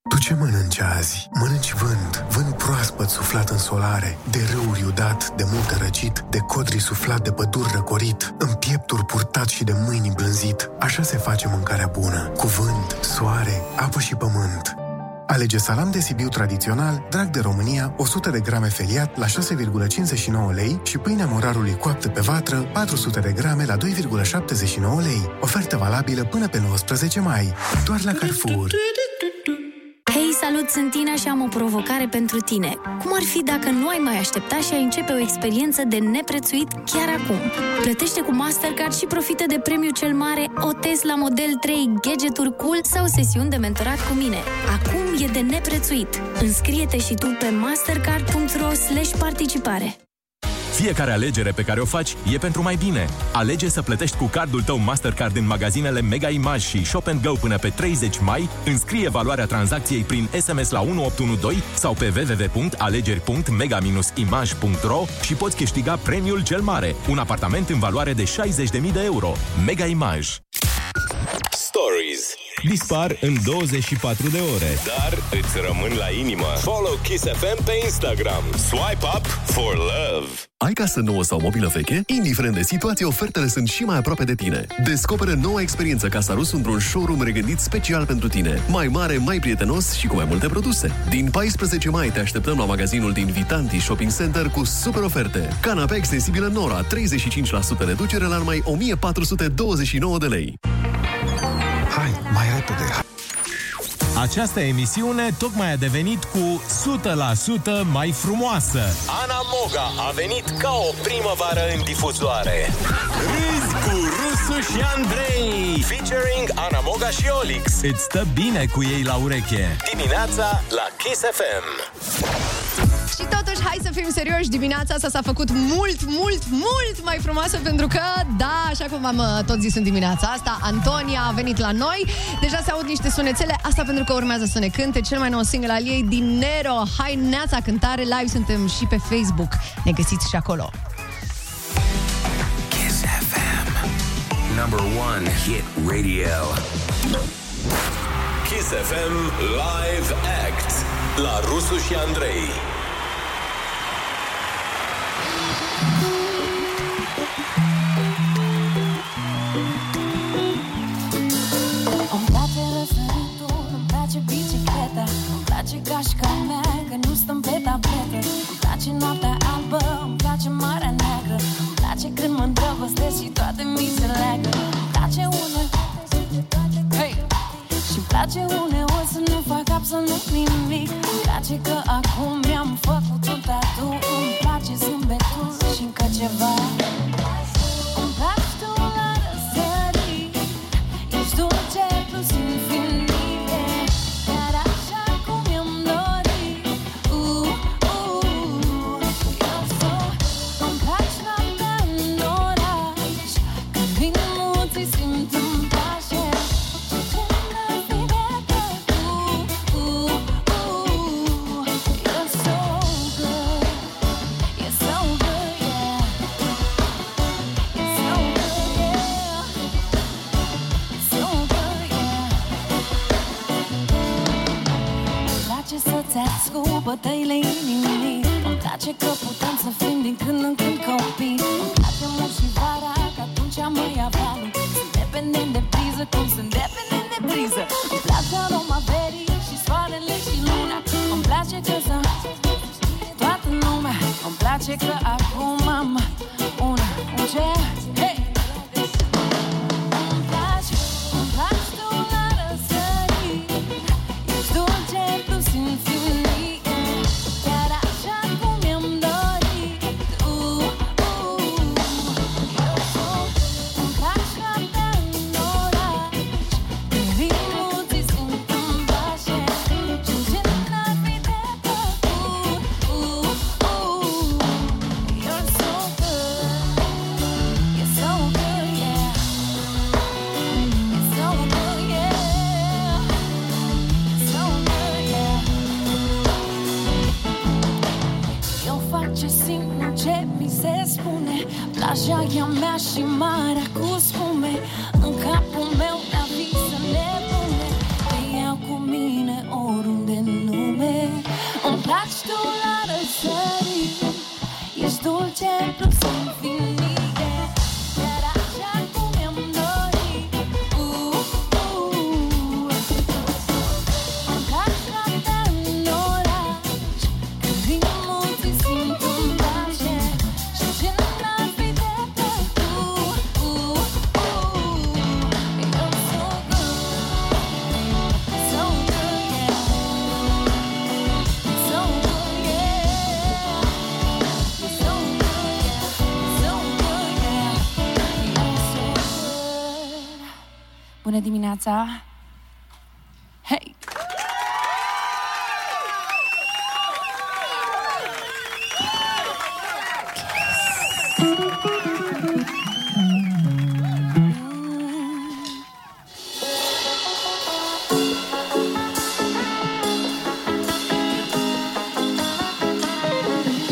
Tu ce mănânci azi? Mănânci vânt, vânt proaspăt suflat în solare, de râuri iudat, de munte răcit, de codri suflat de păduri răcorit, în piepturi purtat și de mâini îmblânzit. Așa se face mâncarea bună, cu vânt, soare, apă și pământ. Alege salam de Sibiu tradițional, drag de România, 100 de grame feliat la 6,59 lei și pâinea morarului coaptă pe vatră, 400 de grame la 2,79 lei. Ofertă valabilă până pe 19 mai, doar la Carrefour. Hei, Salut, sunt Tina și am o provocare pentru tine. Cum ar fi dacă nu ai mai aștepta și ai începe o experiență de neprețuit chiar acum? Plătește cu Mastercard și profită de premiul cel mare o Tesla Model 3, gadgeturi cool sau sesiuni de mentorat cu mine. Acum e de neprețuit. Înscrie-te și tu pe mastercard.ro slash participare. Fiecare alegere pe care o faci e pentru mai bine. Alege să plătești cu cardul tău Mastercard în magazinele Mega Image și Shop and Go până pe 30 mai, înscrie valoarea tranzacției prin SMS la 1812 sau pe www.alegeri.mega-image.ro și poți câștiga premiul cel mare, un apartament în valoare de 60.000 de euro. Mega Image. Stories. Dispar în 24 de ore. Dar îți rămân la inimă. Follow Kiss FM pe Instagram. Swipe up for love. Ai casă nouă sau mobilă veche? Indiferent de situație, ofertele sunt și mai aproape de tine. Descoperă noua experiență Casa Rus într-un showroom regândit special pentru tine. Mai mare, mai prietenos și cu mai multe produse. Din 14 mai te așteptăm la magazinul din Vitanti Shopping Center cu super oferte. Canapea extensibilă Nora, 35% reducere la numai 1429 de lei. Hai, mai repede! Această emisiune tocmai a devenit cu 100% mai frumoasă. Ana Moga a venit ca o primăvară în difuzoare. Râzi cu Rusu și Andrei. Featuring Ana Moga și Olix. Îți stă bine cu ei la ureche. Dimineața la Kiss FM. Și totuși, hai să fim serioși, dimineața asta s-a făcut mult, mult, mult mai frumoasă pentru că, da, așa cum am uh, tot zis în dimineața asta, Antonia a venit la noi, deja se aud niște sunețele, asta pentru că urmează să ne cânte cel mai nou single al ei, din Nero, Hai Neața Cântare Live, suntem și pe Facebook, ne găsiți și acolo. Kiss FM. Number one hit radio. Kiss FM Live Act la Rusu și Andrei. Îmi place răsăritul, îmi place bicicleta Îmi place gașca mea, că nu stăm pe tabletă Îmi place noaptea albă, îmi place marea neagră Îmi place când mă îndrăgostesc și toate mi se leagă Îmi place uneori hey! și îmi place uneori să nu fac absolut nimic Îmi place că acum mi-am făcut un tatu Îmi place zâmbetul și încă ceva Îmi place tu la răsărit Ești dulce plus infinite Chiar așa cum mi-am dorit uh, uh, Eu sunt Îmi place noaptea în oraș Când vin mulți simt în pace Și ce n-ar fi de făcut uh, uh, You're so good You're so good, yeah You're so good, yeah You're so good, yeah Îmi place să-ți arzi cu bătăile inimii Îmi place că putem să fim din când în când copii Îmi place mult și vara, că atunci am mai avea Sunt dependent de priză, cum sunt dependent de priză Îmi place aroma verii și soarele și luna Îmi place că să toată lumea Îmi place că acum am una, un cer Hey! Îmi place, îmi place tu la răsărit Ești dulce plus infinit Chiar așa cum mi-am dorit uh, uh. Eu sunt un crash noaptea în oraș Când vin mulți sunt în pace Și ce n-ar fi de făcut uh, uh. You're so good You're so good, yeah You're so good, yeah You're so good, yeah Eu fac ce simt, nu ce mi se spune Plaja e a mea și marea cu spume În capul Um meu mi-a visele bune Te iau cu mine oriunde în lume Îmi place tu la răsărit Ești dulce plus infinite Chiar așa cum mi-am dorit uh, uh. Îmi place noaptea în oraș Când vin mulți simt un pace Și ce n-ar fi de făcut uh, uh. You're so good So good, yeah Bună dimineața! Hei!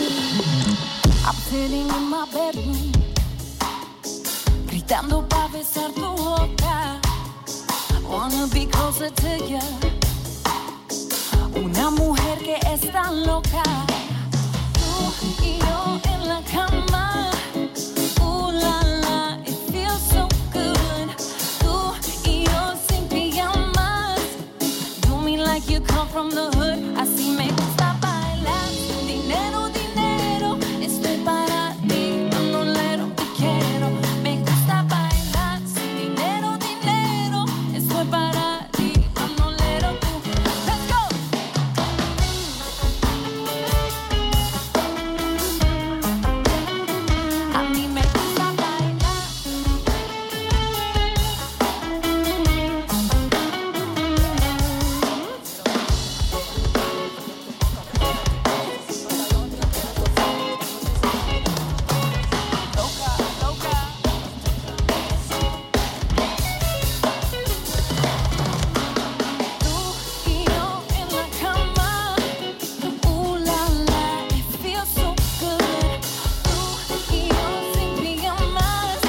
I'm sitting in my bedroom, gritando pa' besar tu boca. Wanna be closer to you. Una mujer que es tan loca. Tú y yo en la cama. Ooh la la, it feels so good. Tú y yo sin pijamas. Do me like you come from the hood. Así me gusta bailar. Dinero, dinero, estoy para ti. No lero, te quiero. Me gusta bailar. Sin dinero, dinero, estoy para ti. No lero, tú. Let's go. A mí me gusta bailar. Y yo en la cama, ooh la la, it feels so good. Tú y yo sin pijamas,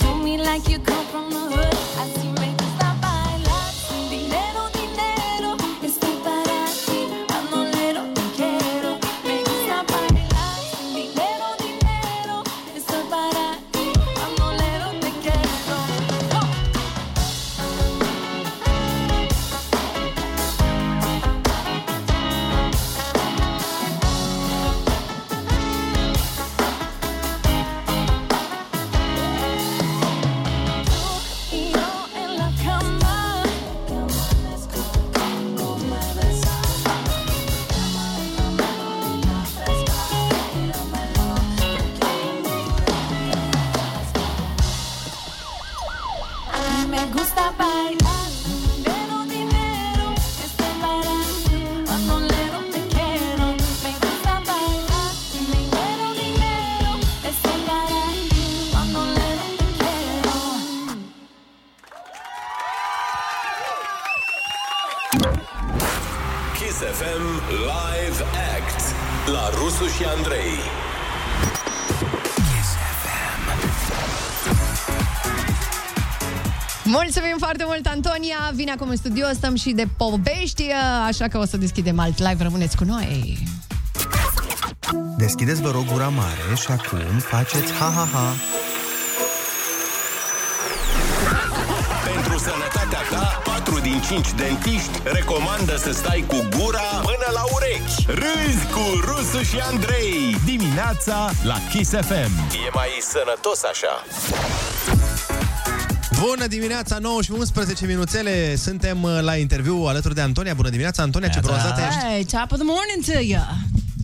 do me like you come from the hood. Así me gusta bailar. Dinero, dinero, estoy para ti. Manolero, te quiero. Me gusta bailar. Dinero, dinero, estoy para ti. Manolero, te quiero. Y yo en la cama, A mí me gusta bailar. Dinero, dinero, esto es para ti. Bandolero, te quiero. Me gusta bailar. Dinero, dinero, esto es para ti. Bandolero, te quiero. Kiss FM Live Act la Rusu și Andrei. Mulțumim foarte mult, Antonia! Vine acum în studio, stăm și de povești, așa că o să deschidem alt live. Rămâneți cu noi! Deschideți, vă rog, gura mare și acum faceți ha-ha-ha. Pentru sănătatea ta, 4 din 5 dentiști recomandă să stai cu gura până la urechi. Râzi cu Rusu și Andrei. Dimineața la Kiss FM. E mai sănătos așa. Bună dimineața, 9 și 11 minuțele. Suntem uh, la interviu alături de Antonia. Bună dimineața, Antonia, Da, ce bronzată ești. Hey, top of the morning to you.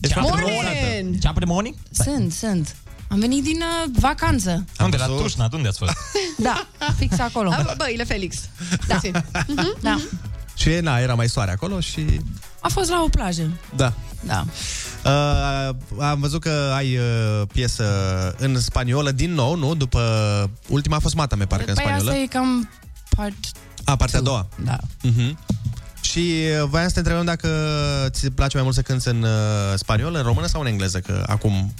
Ești foarte bronzată. Top of the morning? Sunt, sunt. Am venit din uh, vacanță. Unde? La Tușna? Unde ați fost? Da, fix acolo. A, băile Felix. Da. da. Și na, era mai soare acolo și... A fost la o plajă. Da. Da. Uh, am văzut că ai uh, piesă în spaniolă din nou, nu? După ultima a fost Mata, mi parcă, în Păi spaniolă. asta e cam part... A, partea a doua. Da. Uh-huh. Și uh, voiam să te întrebăm dacă ți place mai mult să cânti în uh, spaniolă, în română sau în engleză, că acum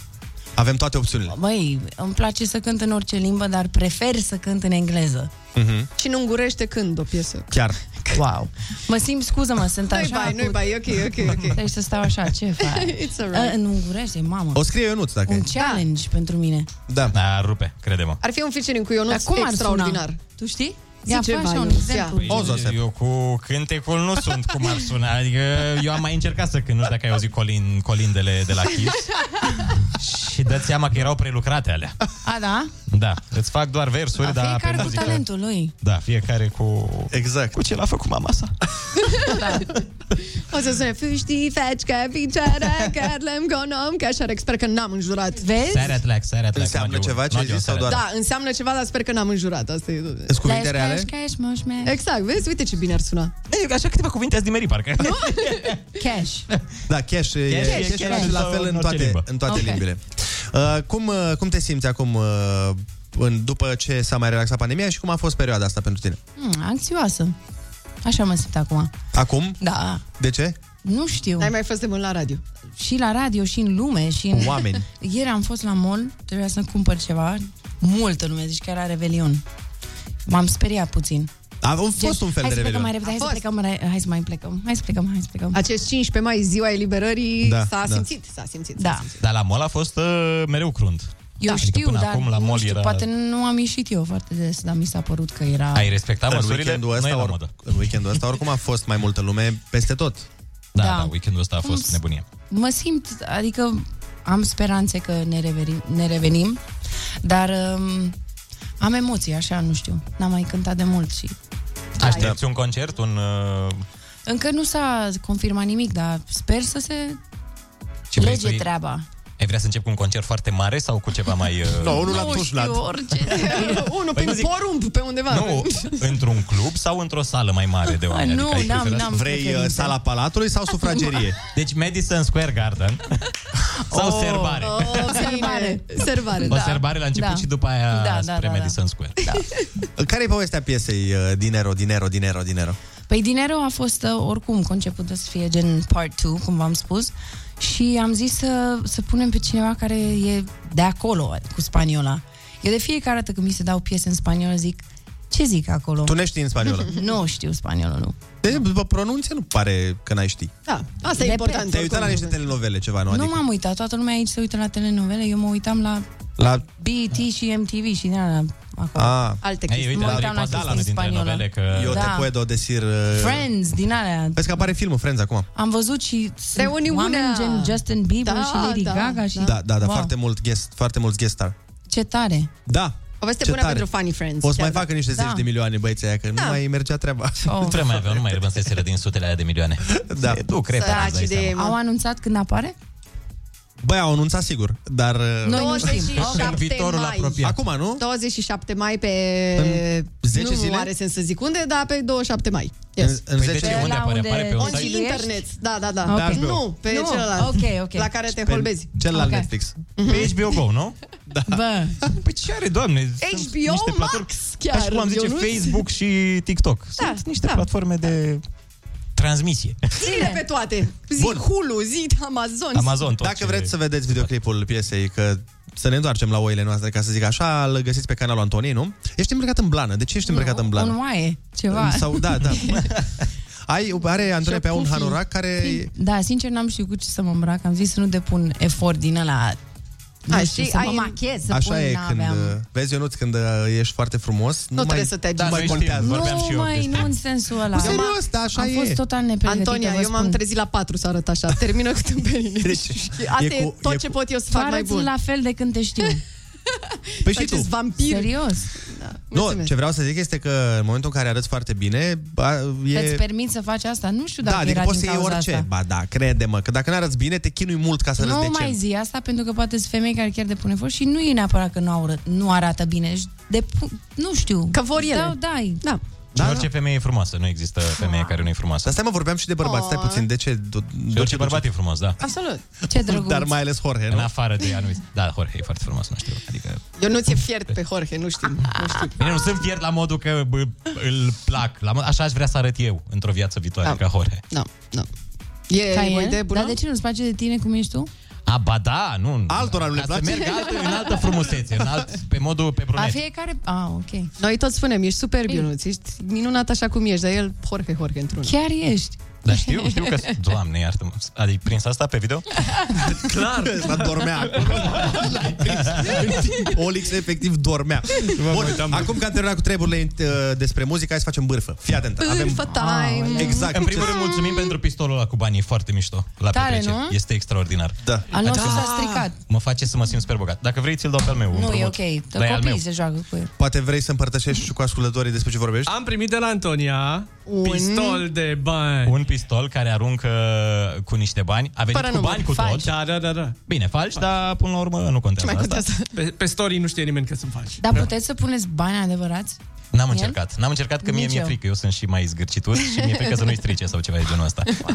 avem toate opțiunile. Băi, îmi place să cânt în orice limbă, dar prefer să cânt în engleză. Uh-huh. Și nu îngurește când o piesă. Chiar. Wow. Mă simt, scuză-mă, sunt Nu-i așa... bai, nu-i bai, e ok, e ok, e ok. Trebuie să stau așa, ce faci? It's alright. A, În ungurește, mamă. O scrie Ionuț, dacă Un challenge pentru mine. Da. Da, rupe, crede-mă. Ar fi un featuring cu Ionuț Dar cum ar extraordinar. suna? Tu știi? Ia Ia, fă ceva, așa un exemplu. Păi, eu cu cântecul nu sunt cum ar suna. Adică eu am mai încercat să cânt, nu știu dacă ai auzit colin, colindele de la Kiss. Și dați seama că erau prelucrate alea. A, da? Da, îți fac doar versuri, dar pe Fiecare cu muzică. talentul lui. Da, fiecare cu... Exact. Cu ce l-a făcut mama sa. Da. O să sune Fuști, faci ca picioare, cărlem, gonom, ca și sper că n-am înjurat Vezi? Seara tlac, seara tlac. Înseamnă ceva ce ai zis sau doar? Da, înseamnă ceva, dar sper că n-am înjurat Asta e tot. Sunt cuvinte reale? Exact, vezi? Uite ce bine ar suna E, Așa câteva cuvinte ați dimerit, parcă. Cash Da, cash, e- Cash e cash, cash e la sau fel în în orice toate, limbă. în toate Ok. limbile. Uh, cum, uh, cum te simți acum uh, în, după ce s-a mai relaxat pandemia și cum a fost perioada asta pentru tine? Hmm, anxioasă. Așa mă simt acum. Acum? Da. De ce? Nu știu. Ai mai fost de mult la radio. Și la radio, și în lume, și în... Cu oameni. Ieri am fost la mall, trebuia să cumpăr ceva. Multă lume, zici că era Revelion. M-am speriat puțin. A fost Gen, un fel Deci, hai de să plecăm revelion. mai repede, A hai să fost. plecăm, hai- hai să mai plecăm, hai să plecăm, hai să plecăm. Acest 15 mai, ziua eliberării, Da, s-a da. simțit, s-a simțit. Da. Da. Dar la mall a fost uh, mereu crunt. Eu Adică știu, până dar acum la nu mall știu, era... poate nu am ieșit eu foarte des, dar mi s-a părut că era... Ai respectat în măsurile? weekendul ăsta, Nu e la or- modă. în weekendul ăsta oricum a fost mai multă lume peste tot. Da, Da. da, weekendul ăsta a fost Cum s- Da. nebunie. Mă simt, adică am speranțe că ne revenim, ne revenim dar um, am emoții, așa, nu știu. N-am mai cântat de mult și... Aștepți un concert, un... Uh... Încă nu s-a confirmat nimic, dar sper să se Ce păi vrei lege să-i- treaba. Ai vrea să încep cu un concert foarte mare sau cu ceva mai... Uh... știu, orice. Unul Păi nu prin zic- porumb pe undeva. Nu, într-un club sau într-o sală mai mare de oameni? Adică Nu, ai n-am- preferat- n-am Vrei, preferințe. uh, sala Palatului sau sufragerie? deci Madison Square Garden sau Oh. serbare. O serbare. Serbare, O da. serbare la început Da. și după aia Da, da, spre da, da. Madison Square. Care e povestea piesei uh, Dinero, Dinero, Dinero, Dinero? Păi Dinero a fost uh, oricum concepută să fie gen part 2, cum v-am spus, și am zis să, să punem pe cineva care e de acolo cu spaniola. Eu de fiecare dată când mi se dau piese în spaniolă zic, ce zic acolo? Tu ne știi în spaniolă? nu știu spaniolă, nu. De, după pronunție nu pare că n-ai ști. Da, asta e Repet. important. Te-ai uitat la niște telenovele ceva, nu? Nu Adică m-am uitat, toată lumea aici se uită la telenovele, eu mă uitam la la... BT și MTV și din alea acolo. Da. Ah. Alte chestii. Mă uitam la chestii în spaniolă. că... Eu Da. te puedo decir... uh, Friends, din alea. Vezi că apare filmul Friends acum. Am văzut și sunt Reuniunea. oameni gen Justin Bieber Da, și Lady da, Gaga și... Da, da, da, Wow. foarte mult guest, foarte mulți guest star. Ce tare! Da. Poveste ce bună tare. pentru fanii Friends, O să chiar mai da. facă niște zeci Da. de milioane băieții aia, Da. că nu mai mergea treaba. Oh. Nu prea mai aveau, nu mai rămâseseră din sutele aia de milioane. Da. Du, cred. Au anunțat când apare? Băi, au anunțat sigur, dar... uh, Noi nu știm. 27 În viitorul mai. apropiat. Acum, nu? 27 mai pe... În 10 nu zile? are sens să zic unde, dar pe 27 mai. Yes. În, în 10 Păi de ce? zile. Unde apare? Apare pe un On site? internet. Da, da, da. Da, Ok. pe Nu, pe Nu. celălalt. Ok, ok. La care te Pe holbezi. Celălalt Ok. Mhm. Netflix. Pe HBO Go, nu? Da. Bă. Păi ce are, doamne? Sunt HBO niște platforme- Max, chiar, Ca și cum am zice, Ionuț. Da, Facebook și TikTok. Sunt niște platforme de transmisie. Zile pe toate. Zi Bun. Hulu, zi Amazon. Dacă vreți să vedeți videoclipul piesei, că să ne întoarcem la oile noastre, ca să zic așa, îl găsiți pe canalul Antonie, nu? Ești îmbrăcat în blană. De ce ești îmbrăcat în Un blană? oaie, ceva. Sau, da, da. Ai, are Antonia pe ea un pufii. hanorac care... Da, sincer n-am știut cu ce să mă îmbrac. Am zis să nu depun efort din ăla. Nu A, știu, și să mă ai- machez, să Așa pun, e când, n-aveam. uh, vezi Ionuț, când uh, ești foarte frumos, nu, mai, Nu da, trebuie să te nu agiți. mai contează. Nu, mai, nu în sensul ăla. Cu serios, da, așa Am fost e. total nepregătită, Antonia, vă eu m-am spun. trezit la 4 să arăt așa. Termină cu tâmpenile. Deci, Asta e e, cu- tot e ce cu- pot eu să Tu fac mai arăți bun. la fel de când te știu. Păi și tu. Faceți vampir. Da. Serios. Nu, ce vreau să zic este că în momentul în care arăți foarte bine, ba, E... e... Îți permit să faci asta? Nu știu dacă Da, adică era poți să din iei cauza orice. asta. Ba da, crede-mă, că dacă nu arăți bine, te chinui mult ca să arăți nu decent. mai zi asta pentru că poate sunt femei care chiar depun efort și nu e neapărat că nu, au, ră- nu arată bine. Își Depu- nu știu. Că vor ele. Da, dai. Da. Da, orice femeie e frumoasă, nu există femeie care nu e frumoasă. Dar stai mă, vorbeam și de bărbați, stai Oh. puțin, de ce? Do- Și orice bărbat e frumos, da. Absolut. Ce drăguț. Dar mai ales Jorge, nu? În afară de anumiți. Da, Jorge e foarte frumos, nu știu. Adică... Eu nu ți-e fiert pe Jorge, nu știu. Nu știu. Bine, nu sunt fiert la modul că bă, îl plac. La mod, așa aș vrea să arăt eu într-o viață viitoare, Da. ca Jorge. Da, da. E Ca o el? idee bună? Dar de ce nu-ți place de tine cum ești tu? A, ba da, nu. Altora nu le Ca să place. merg altă, în altă frumusețe, în alt, pe modul, pe A brunet. fiecare... A, Ah, ok. Noi toți spunem, ești superb, Ionuț, ești minunat așa cum ești, dar el Jorge, Jorge într-un. Chiar ești. Dar știu, știu că... Doamne, iartă-mă. Adică prins asta pe video? Clar, ăsta dormea acolo. L-ai prins. Olix efectiv dormea. Bun, acum că am terminat cu treburile uh, despre muzică, hai să facem bârfă. Fii atent. Avem... Bârfă time. Exact. În primul rând, mulțumim pentru pistolul ăla cu banii, e foarte mișto. La Tare, petrecere. nu? Este extraordinar. Adică Da. Al nostru s-a stricat. Mă face să mă simt super bogat. Dacă vrei, ți-l dau pe al meu. Nu, e împrumut. ok. De Dar e al meu. copiii se joacă cu el. Poate vrei să împărtășești și cu ascultătorii despre ce vorbești? Am primit de la Antonia un... pistol de bani. Un pistol care aruncă cu niște bani. A venit Fără cu număr, bani, cu falși. tot. Da, da, da, da. Bine, falci, dar până la urmă nu contează Ce mai asta. contează? Pe, pe story nu știe nimeni că sunt falși. Dar puteți să puneți bani adevărați? N-am El? încercat. N-am încercat că mie Nici mi-e eu. frică. Eu sunt și mai zgârcitur și mi-e frică să nu-i strice sau ceva de genul ăsta. Da.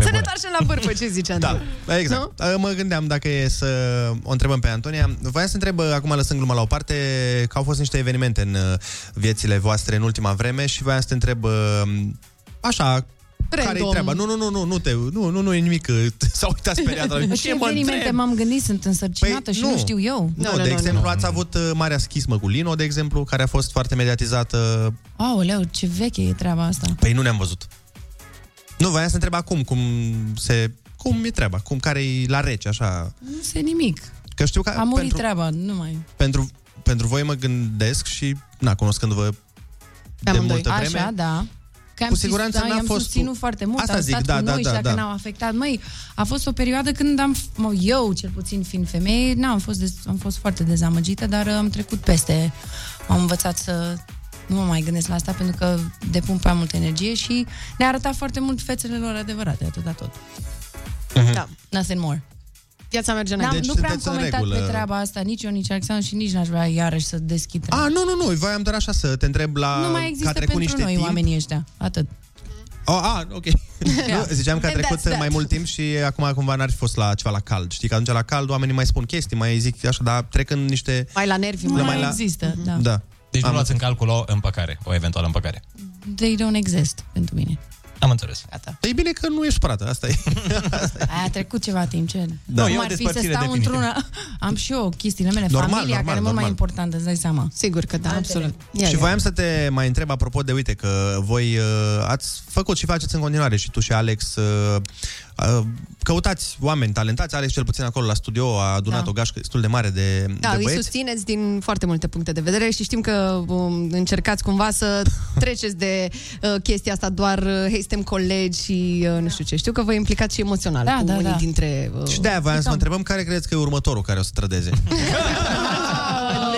Să ne întoarcem la bârfă, ce zice Andrei? Da, Exact. Nu? Mă gândeam dacă e să o întrebăm pe Antonia. Voiam să întreb, acum lăsând gluma la o parte, că au fost niște evenimente în uh, viețile voastre în ultima vreme și voiam să te întreb uh, așa, care e Random. treaba? Nu, nu, nu, nu, nu, te, nu, nu, nu e nimic. uh, S-a uitat speriat. la mine. Ce Ce mă evenimente întreb? Păi m-am gândit, sunt însărcinată și nu. știu eu. Nu, de exemplu, ați avut uh, marea schismă cu Lino, de exemplu, care a fost foarte mediatizată. Aoleu, ce veche e treaba asta. Păi nu ne-am văzut. Nu, voiam să întreb acum cum se... Cum e treaba? Cum care e la rece, așa? Nu se nimic. Că știu că A murit pentru, treaba, nu mai. pentru, pentru voi mă gândesc și, na, cunoscându-vă de multă vreme, Așa, da. Că am Cu siguranță sus, n-a da, am fost susținut cu- foarte mult, Asta am zic, stat da, cu da, noi da, și dacă da. n-au afectat. Măi, a fost o perioadă când am, mă, eu cel puțin fiind femeie, n-am fost, des, am fost foarte dezamăgită, dar uh, am trecut peste. Am învățat să nu mă mai gândesc la asta pentru că depun prea multă energie și ne-a arătat foarte mult fețele lor adevărate, atâta tot. Da. Nothing more. Viața merge N-am, Deci nu prea am sunteți în comentat regulă. pe treaba asta, nici eu, nici Alexandru și nici n-aș vrea iarăși să deschid treaba. A, nu, nu, nu, voiam doar așa să te întreb la... nu mai că există a trecut pentru niște noi timp. oamenii ăștia. Atât. Oh, a, ok. Da. Nu, ziceam că a And trecut that's that. mai mult timp și acum cumva n-ar fi fost la ceva la cald. Știi că atunci la cald oamenii mai spun chestii, mai zic așa, dar trecând niște... Mai la nervi, Nu mai, mai la- Există, da. Da. Deci nu luați în calcul o împăcare, o eventuală împăcare. They don't exist pentru mine. Am înțeles. Gata. E bine că nu ești supărată, asta e. A trecut ceva timp, ce? Da. Cum Nu, e o ar fi să despărțire stau definitivă. într-una... Am și eu chestiile mele, Normal, familia, normal, care e mult mai normal. importantă, îți dai seama. Sigur că da, absolut. și voiam să te mai întreb apropo de, uite, că voi uh, ați făcut și faceți în continuare și tu și Alex uh, uh, căutați oameni talentați, Alex cel puțin acolo la studio a adunat Da. o gașcă destul de mare de, Da, de îi băieți. susțineți din foarte multe puncte de vedere și știm că um, încercați cumva să treceți de uh, chestia asta doar uh, hei, suntem colegi și uh, nu știu ce. Știu că vă implicați și emoțional Da, cu da, unii da. dintre... Uh, Și de-aia voiam să vă întrebăm care credeți că e următorul care o să trădeze.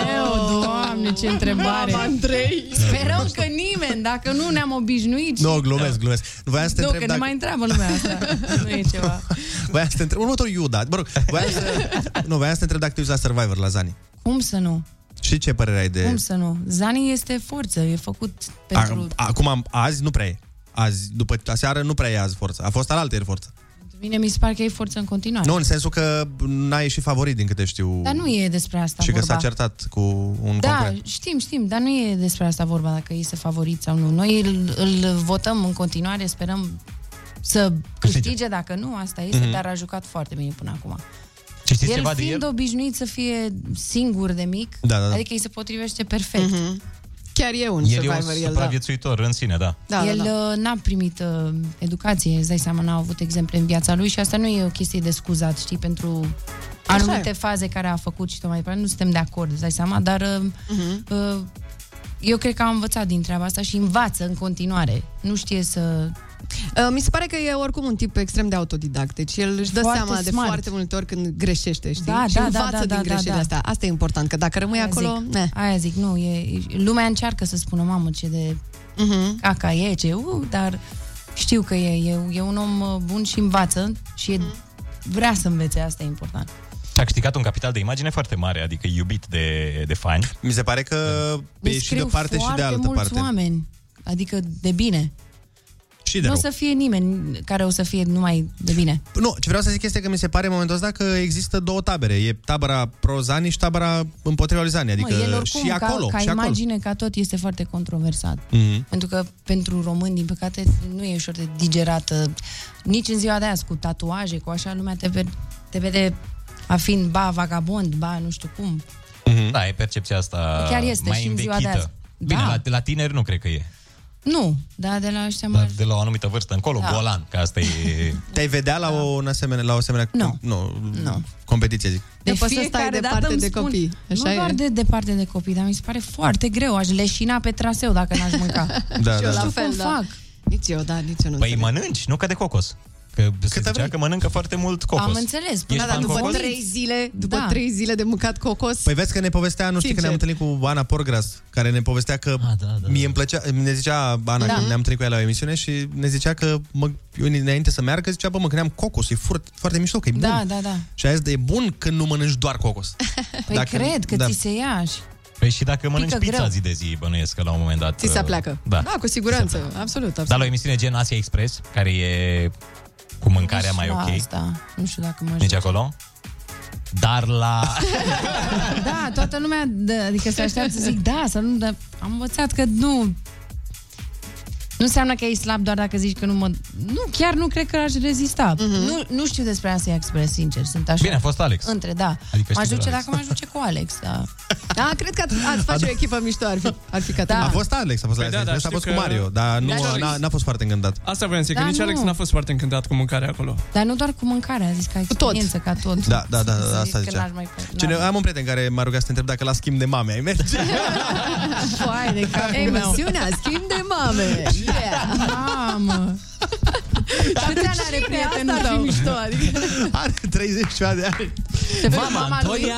Leo, doamne, ce întrebare! Mamă, Andrei! Sperăm că nimeni, dacă nu ne-am obișnuit... și- nu, no, glumesc, glumesc. Voiam să te Da. Nu, că întreb ne dacă... mai întreabă lumea asta. nu e ceva. Voiam să te întreb, următorul Iuda, mă rog, voiam să, nu, voiam să te întreb dacă te uiți la Survivor, la Zani. Cum să nu? Și ce părere ai de... Cum să nu? Zani este forță, e făcut A- pentru... Acum, azi nu prea e. Azi, după aseară, nu prea e azi forță. A fost alaltă ieri forță. Mine mi se pare că e forță în continuare. Nu, în sensul că n-a ieșit favorit, din câte știu. Dar nu e despre asta și că Da, vorba. s-a certat cu un Da, concurent. știm, știm, dar nu e despre asta vorba, dacă este favorit sau nu. Noi îl, îl votăm în continuare, sperăm să câștige, dacă nu, asta este, Mhm. mm-hmm. dar a jucat foarte bine până acum. Și știți el ceva de fiind el? obișnuit să fie singur de mic, Da, da, da. adică îi se potrivește perfect. Mm-hmm. Mhm. Chiar e un da. El e un da. supraviețuitor în sine, da. Da, el da, n-a primit uh, educație, îți dai seama, n-a avut exemple în viața lui și asta nu e o chestie de scuzat, știi, pentru Așa anumite e. faze care a făcut și tot mai departe. Nu suntem de acord, îți dai seama, dar Mhm. uh-huh. uh, eu cred că am învățat din treaba asta și învață în continuare. Nu știe să... Uh, Mi se pare că e oricum un tip extrem de autodidact, deci el își dă Foarte seama de smart. foarte multe ori când greșește, știi? Da, și da, da, învață da, din da, da, greșelile da. astea. Asta e important, că dacă rămâi acolo... zic, ne. aia zic, nu, e, lumea încearcă să spună, mamă, ce de Mhm. uh-huh. caca e, ce, uh, dar știu că e, e, e un om uh, bun și învață și Mhm. e, vrea să învețe, asta e important. Și a câștigat un capital de imagine foarte mare, adică e iubit de, de fani. Mi se pare că Ne scriu foarte mulți oameni, adică de bine. Și Nu o rău. să fie nimeni care o să fie numai de bine. Nu, ce vreau să zic este că mi se pare în momentul ăsta că există două tabere. E tabăra pro-Zani și tabăra împotriva lui Zani. Adică mă, el oricum, și acolo. ca, ca și acolo. imagine, ca tot, este foarte controversat. Mhm. Pentru că pentru români, din păcate, nu e ușor de digerată. Nici în ziua de azi, cu tatuaje, cu așa, lumea te, ve- te vede a fiind, ba, vagabond, ba, nu știu cum. Uh, Mhm. Da, e percepția asta Chiar este mai și în ziua învechită. de azi. Bine, Da. la, la tineri nu cred că e. Nu, dar de la ăștia Dar mai... de la o anumită vârstă încolo, Da. da. golan, că asta e... Păi Te-ai vedea la o, un asemenea, la o asemenea Nu. Nu, competiție, zic. Nu poți să stai fiecare dată departe îmi de spun, copii, așa nu e. doar de departe de copii, dar mi se pare foarte greu. Aș leșina pe traseu dacă n-aș mânca. Da, Și da, eu da. știu La fel, cum da. fac. Nici eu, da, nici eu nu Păi mănânci, nu ca de cocos. Că se zicea că mănâncă foarte mult cocos. Am înțeles. Ești Da, da, fan după cocos? trei zile, după Da. trei zile de mâncat cocos. Păi vezi că ne povestea, nu știu, că ne-am întâlnit cu Ana Porgras, care ne povestea că A, da, da, mie îmi plăcea, ne zicea Ana, Da. da. ne-am întâlnit cu ea la o emisiune și ne zicea că mă, eu, înainte să meargă, zicea, bă, mă gândeam cocos, e foarte, foarte mișto, că e bun. Da, da, da. Și a zis, e bun când nu mănânci doar cocos. Păi Dacă- cred că da. ți se ia și... Păi și dacă mănânci Pică pizza greu. zi de zi, bănuiesc că la un moment dat... Ți se uh, pleacă. Da. da cu siguranță. Absolut, Dar absolut. la o emisiune gen Asia Express, care e cu mâncarea mai și la ok, Asta. Nu știu dacă mă nici ajut. acolo. Dar la... Da, toată lumea, dă- adică se așteaptă să zic da, să nu, dar am învățat că nu... Nu înseamnă că e slab doar dacă zici că nu mă... Nu, chiar nu cred că aș rezista. Mhm. Nu, nu știu despre Asia Express, sincer, sunt așa. Bine, a fost Alex. Între, da. Adică Adică mă știi de ajunge la dacă mă ajunge cu Alex, da. Da, cred că ați- ați face o echipă mișto, ar fi, ar fi Da. Cătălin. A fost Alex, a fost, Păi Alex, da, da, Express, a știu fost că- cu Mario, dar Nici nu, Alex. n-a, n-a fost foarte îngândat. Asta voiam să zic, Da, că nici nu. Alex n-a fost foarte încântat cu mâncarea acolo. Dar nu doar cu mâncarea, a zis că ai experiență ca tot. Da, da, da, Să da zic asta că zicea. n-aș mai- Cine, Da. am un prieten care m-a rugat să te întreb dacă la schimb de mame ai merge. Foai de capul meu. Emisiunea, schimb de mame. Yeah. Mamă! Câți ani are prietenul tău? mișto, adică... Are 30 de ani. Se vede mama lui.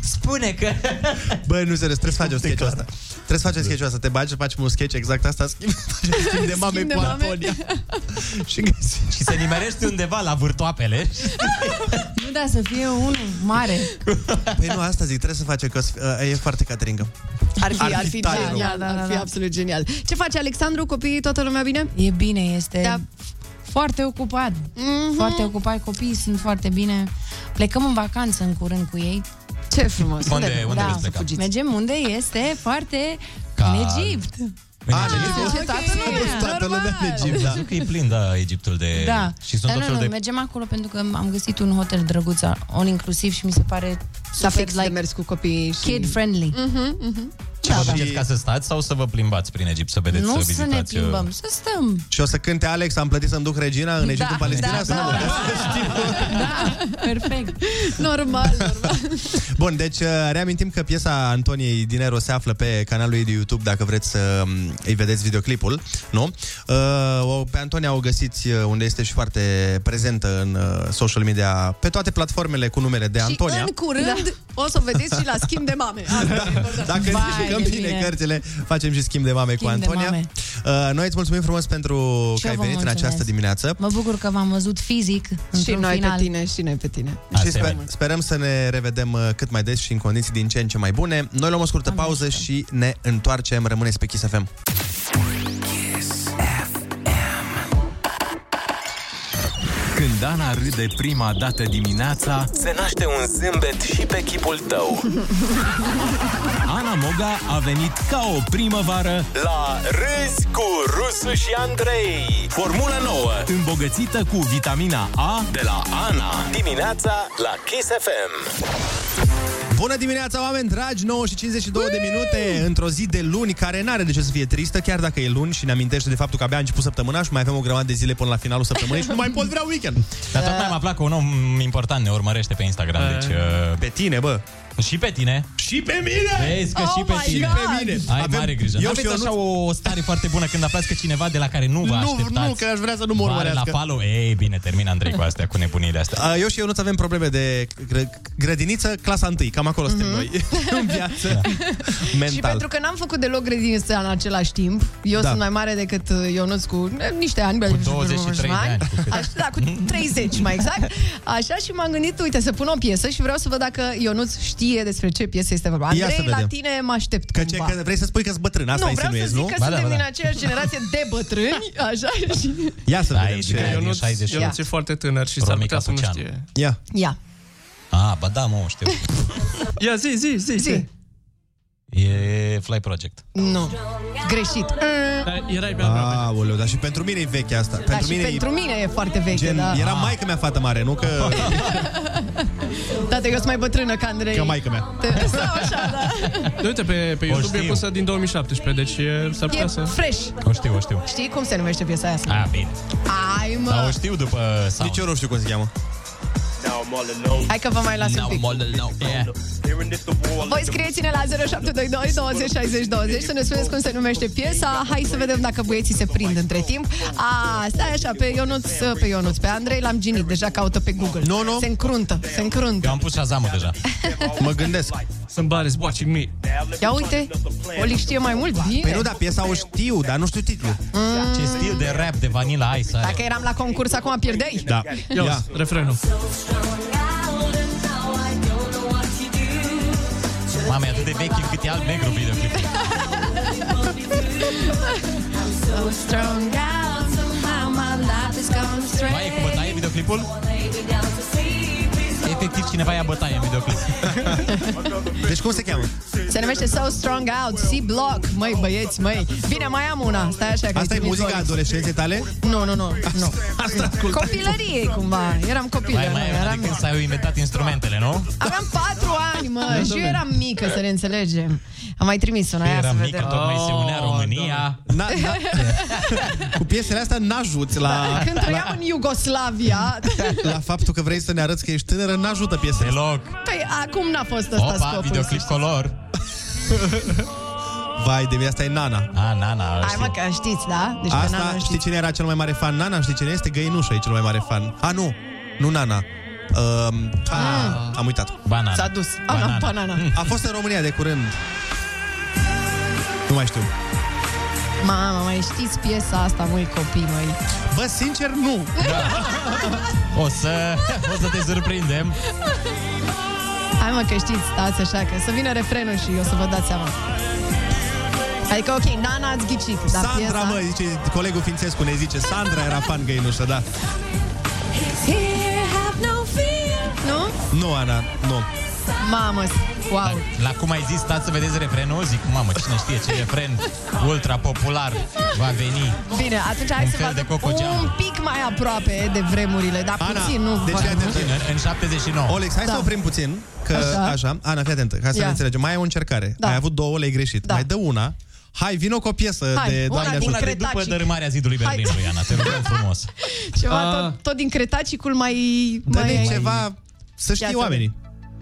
Spune că... Bă, nu serios, trebuie să facem sketch-ul ăsta. Trebuie să facem sketch-ul ăsta. Te bagi, facem un sketch exact asta, schimb, facem schimb de mame Schimb de cu mame. Antonia. și, și se nimerești undeva la vârtoapele. Nu, da, să fie unul mare. Păi nu, asta zic, trebuie să facem, că uh, e foarte cateringă. Ar fi, ar fi, ar fi tare rău. genial, rău. Da, da, ar fi da. absolut genial. Ce face Alexandru, copiii, toată lumea bine? E bine, este da. foarte ocupat. Mhm. Mm-hmm. Foarte ocupat, copiii sunt foarte bine. Plecăm în vacanță în curând cu ei. Da. Ce frumos! Unde- Unde- unde veți pleca? Mergem unde este foarte... Ca- Ca... În Egipt. Ah, A, ce toată lumea. Toată lumea în Egipt, da. că e plin, da, Egiptul de... Da. Și sunt Dar tot nu, felul nu, de... mergem acolo pentru că am găsit un hotel drăguț, all inclusiv și mi se pare La fix like... de mers cu copiii și... kid friendly. Mhm, mhm. Și vă duceți ca să stați sau să vă plimbați prin Egipt, să vedeți, Nu să să vizitați... ne uh, plimbăm, să stăm. Și o să cânte Alex, am plătit să-mi duc regina în Egiptul, Palestina. da, să nu da, mă- Perfect. Normal, normal. Bun, deci uh, reamintim că piesa Antoniei Dinero se află pe canalul ei de YouTube dacă vreți să um, îi vedeți videoclipul, nu? Uh, o- Pe Antonia o găsiți uh, unde este și foarte prezentă în uh, social media, pe toate platformele cu numele de Antonia. În curând da. o să o vedeți și la schimb de mame. Asta e important. Dacă Vai, Vai, de bine, bine cărțile, facem și schimb de mame Schimb cu de Antonia. mame. Uh, noi îți mulțumim frumos pentru Și că eu ai vă venit în mulțumesc. această dimineață. Mă bucur că v-am văzut fizic Și într-un noi final. pe tine, și noi pe tine. Și sper, sperăm să ne revedem uh, cât mai des și în condiții din ce în ce mai bune. Noi luăm o scurtă pauză și ne întoarcem. Rămâneți pe Kiss FM. Când Ana râde prima dată dimineața, Se naște un zâmbet și pe chipul tău. Ana Moga a venit ca o primăvară La Râs cu Rusu și Andrei. Formula nouă îmbogățită cu vitamina A de la Ana. Dimineața la Kiss FM. Bună dimineața, oameni dragi! 9 și 52 de minute într-o zi de luni care n-are de ce să fie tristă, chiar dacă e luni și ne amintește de faptul că abia a început săptămâna și mai avem o grămadă de zile până la finalul săptămânii și nu mai pot vrea weekend. Dar Da. tocmai m-a plac că un om important ne urmărește pe Instagram, deci... uh, Pe tine, bă! Și pe tine. Și pe mine! Vezi că Oh și pe my tine. God! Și pe mine. Ai Avem- mare grijă. eu Eu și aveți eu așa nu- o stare foarte bună când aflați că cineva de la care nu vă Nu, așteptați. nu, că aș vrea să nu mă vă are urmărească. la follow. Ei, bine, termin Andrei cu astea, cu nebunile astea. A, Eu și eu nu avem probleme de gră- grădiniță, clasa 1, cam acolo suntem noi în viață. Mental. Mhm. Și pentru că n-am făcut deloc grădiniță în același timp, eu Da. sunt mai mare decât uh, Ionuț cu eh, niște ani, cu 23 de ani, cu cât? Așa, da, cu 30 mai exact. Așa și m-am gândit, uite, să pun o piesă și vreau să văd dacă Ionuț știe despre ce piesă este vorba. Ia să Andrei, la vedem. tine mă aștept Că, ce, cumva. că vrei să spui că ești bătrân, asta nu, vreau să insinuezi, nu? zic da, că da, suntem din aceeași generație de bătrâni, așa și... Ia să vedem ești ce- greu. Eu nu, 60. eu nu ți foarte tânăr și s-ar Romica putea să nu Tuceanu. știe. Ia. Ia. A, ba da, mă, știu. Ia, zi, zi, zi, zi. E Fly Project. Nu. Greșit. Erai pe Aoleu, dar și pentru mine e veche asta. Da, și pentru mine e foarte veche, Gen, da. era maică mea fată mare, nu că, Tată, eu sunt mai bătrână ca Andrei. că maică mea. Te- Sau așa, da. Uite, pe, pe YouTube e pusă din 2017, deci e- s-ar putea E să... fresh. O știu, o știu. Știi cum se numește piesa aia? A, bine. Ai, mă! Dar o știu după sound. Nici eu nu știu cum se cheamă. Hai că vă mai las un pic. No, Voi scrieți-ne la 0722 20 60 20 să ne spuneți cum se numește piesa. Hai să vedem dacă băieții se prind între timp. A, stai așa, pe Ionuț, pe Ionuț, pe Andrei l-am ginit, deja caută pe Google. Nu, nu. Se încruntă, se încruntă. Eu am pus șazamul deja. mă gândesc. Sunt bares, watching me. Ia uite, Oli știe mai mult. Bine. Păi nu, da, piesa o știu, dar nu știu titlul. Mm. Ce stil de rap de Vanilla Ice are. Dacă eram la concurs, acum pierdeai. Da. Ia, Ia. refrenul. Mame, e atât de vechi încât e alb-negru videoclipul. So strung out, somehow my life is gone astray. Mai e cu bătaie videoclipul? Efectiv, cineva ia bătaie în videoclip. Deci cum se cheamă? Se numește So Strong Out, C-Block. Măi, băieți, măi. Bine, mai am una. Stai așa Asta că e îi trimit muzica Oli. adolescenței tale? Nu, nu, nu. nu. Copilărie, cumva. Eram copilă. Mai, mai, noi, era eram... de adică- când s-au inventat instrumentele, nu? Aveam patru ani, Da, mă, și eu eram mică, să ne înțelegem. Am mai trimis una, ia să Eram mică, vedem. tocmai Oh, se unea România. Na, na, cu piesele astea n-ajuți la, Da, Când la, trăiam în Iugoslavia, la faptul că vrei să ne arăți că ești tânără, n-ajută piesele. Deloc. păi acum n-a fost ăsta Opa, scopul. videoclip color. Vai, de mine, asta e Nana. A, Nana, Hai mă, că știți, da? Deci pe Asta, Nana știi cine era cel mai mare fan? Nana, știi cine este? Găinușa e cel mai mare fan. A, nu, nu Nana. Um, a, am uitat. Banana. S-a dus. Ah, na, banana. A fost în România de curând. Nu mai știu. Mama, mai știți piesa asta, voi copii, măi. Bă, sincer, nu. O să, o să te surprindem. Hai mă că știți, stați așa, că să vină refrenul și o să vă dați seama. Adică, ok, Nana ați ghicit, dar Sandra, piesa... mă, zice, colegul Fințescu ne zice, Sandra era fan Găinușa, da. Nu? Nu, Ana, nu. Mamă, wow. La cum ai zis, stați să vedeți refrenul, zic, mamă, cine știe ce refren ultra popular va veni. Bine, atunci hai Un să fel vă de aduc cocogeam. un pic mai aproape de vremurile, dar Ana, puțin, nu deci foarte fii mult. atentă. În, în 79. Olex, hai Da. să oprim puțin, că Așa. așa, Ana, fii atentă, ca să Ia. ne înțelegem. Mai e o încercare. Da. Ai avut două, le-ai greșit. Mai dă una. Hai, vină cu o piesă Hai, de Doamne una din ajută. Una de după Cretacic. dărâmarea zidului Hai. Berlinului, Ana, te rugăm frumos. Ceva Ah. A. tot, tot din cretacicul mai... Dă-ne mai... ceva să știe să oamenii.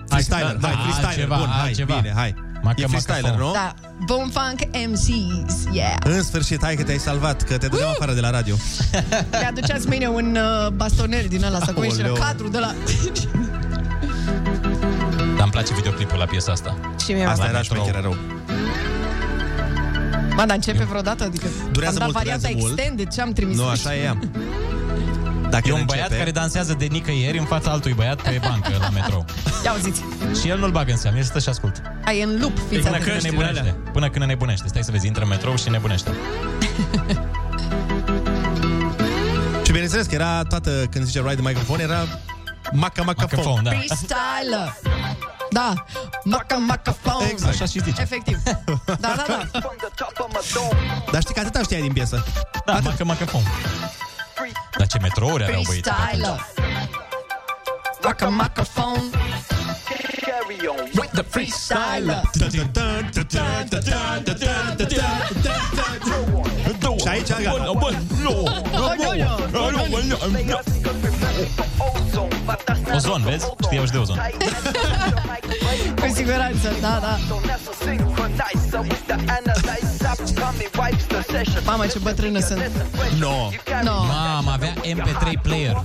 Freestyler, da, hai, freestyler, altceva, bun, hai, altceva. bine, hai. Maca, E freestyler, maca, nu? Da, Bone Funk MCs, yeah. În sfârșit, hai că te-ai salvat, că te Uh. dădeam afară de la radio. Le aduceați mâine un uh, bastonel din ăla, sau cum ești, Aoleu. cadru de la... Dar îmi place videoclipul la piesa asta. și mie Asta asta... era metro. șmecher, era rău. Mă, dar începe vreodată, adică... Durează am dat mult, varianta durează mult. extended, ce am trimis? Nu, așa e ea. Dacă E el un băiat începe- care dansează de nicăieri în fața altui băiat pe bancă la metrou. Ia auziți, Și el nu-l bagă în seamă, el stă și ascultă. ai în loop, fiți Până Exact, atenți. da, când ne nebunește. Până când ne nebunește. Stai să vezi, intră în metrou și nebunește. Și bineînțeles că era toată, când zice ride de microfon, era maca maca Microfon, phone. da. Freestyler. Da, maca, maca, phone. Exact. Așa și zice. Efectiv. Da, da, da. Dar știi că atâta știai din piesă. Da, macă, macă, fom. Dar ce metrouri aveau băieții pe atunci. Freestyler. Maca, maca, phone. With the freestyler. Și aici, gata. Ozon, vezi? Știau și de ozon. Cu siguranță, da, da. Mamă, ce bătrână sunt. No. No. Mamă, avea MP3 player.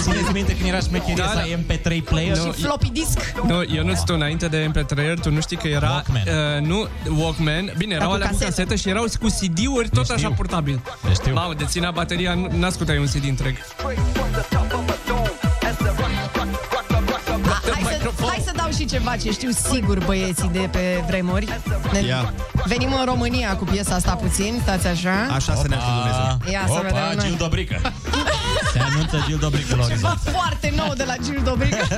Țineți minte când era Da, șmecheria asta MP3 player? Nu, Și floppy disk. Nu, eu nu tu înainte de MP3 tu nu știi că era... Walkman. Uh, nu, Walkman. Bine, erau cu alea cu casete. casetă și erau cu CD-uri tot știu. așa portabil. Le știu. Mamă, de ținea bateria, n- n-ascultai un CD întreg. A, hai, să, hai să dau și ceva ce știu sigur băieții de pe vremuri. Ne, Ia. Venim în România cu piesa asta puțin, stați așa. Așa să ne ajute Dumnezeu. A, Ia să vedem opa, noi. Gil Dobrică. Se anunță Gil Dobrică la Ceva orizont. foarte nou de la Gil Dobrică.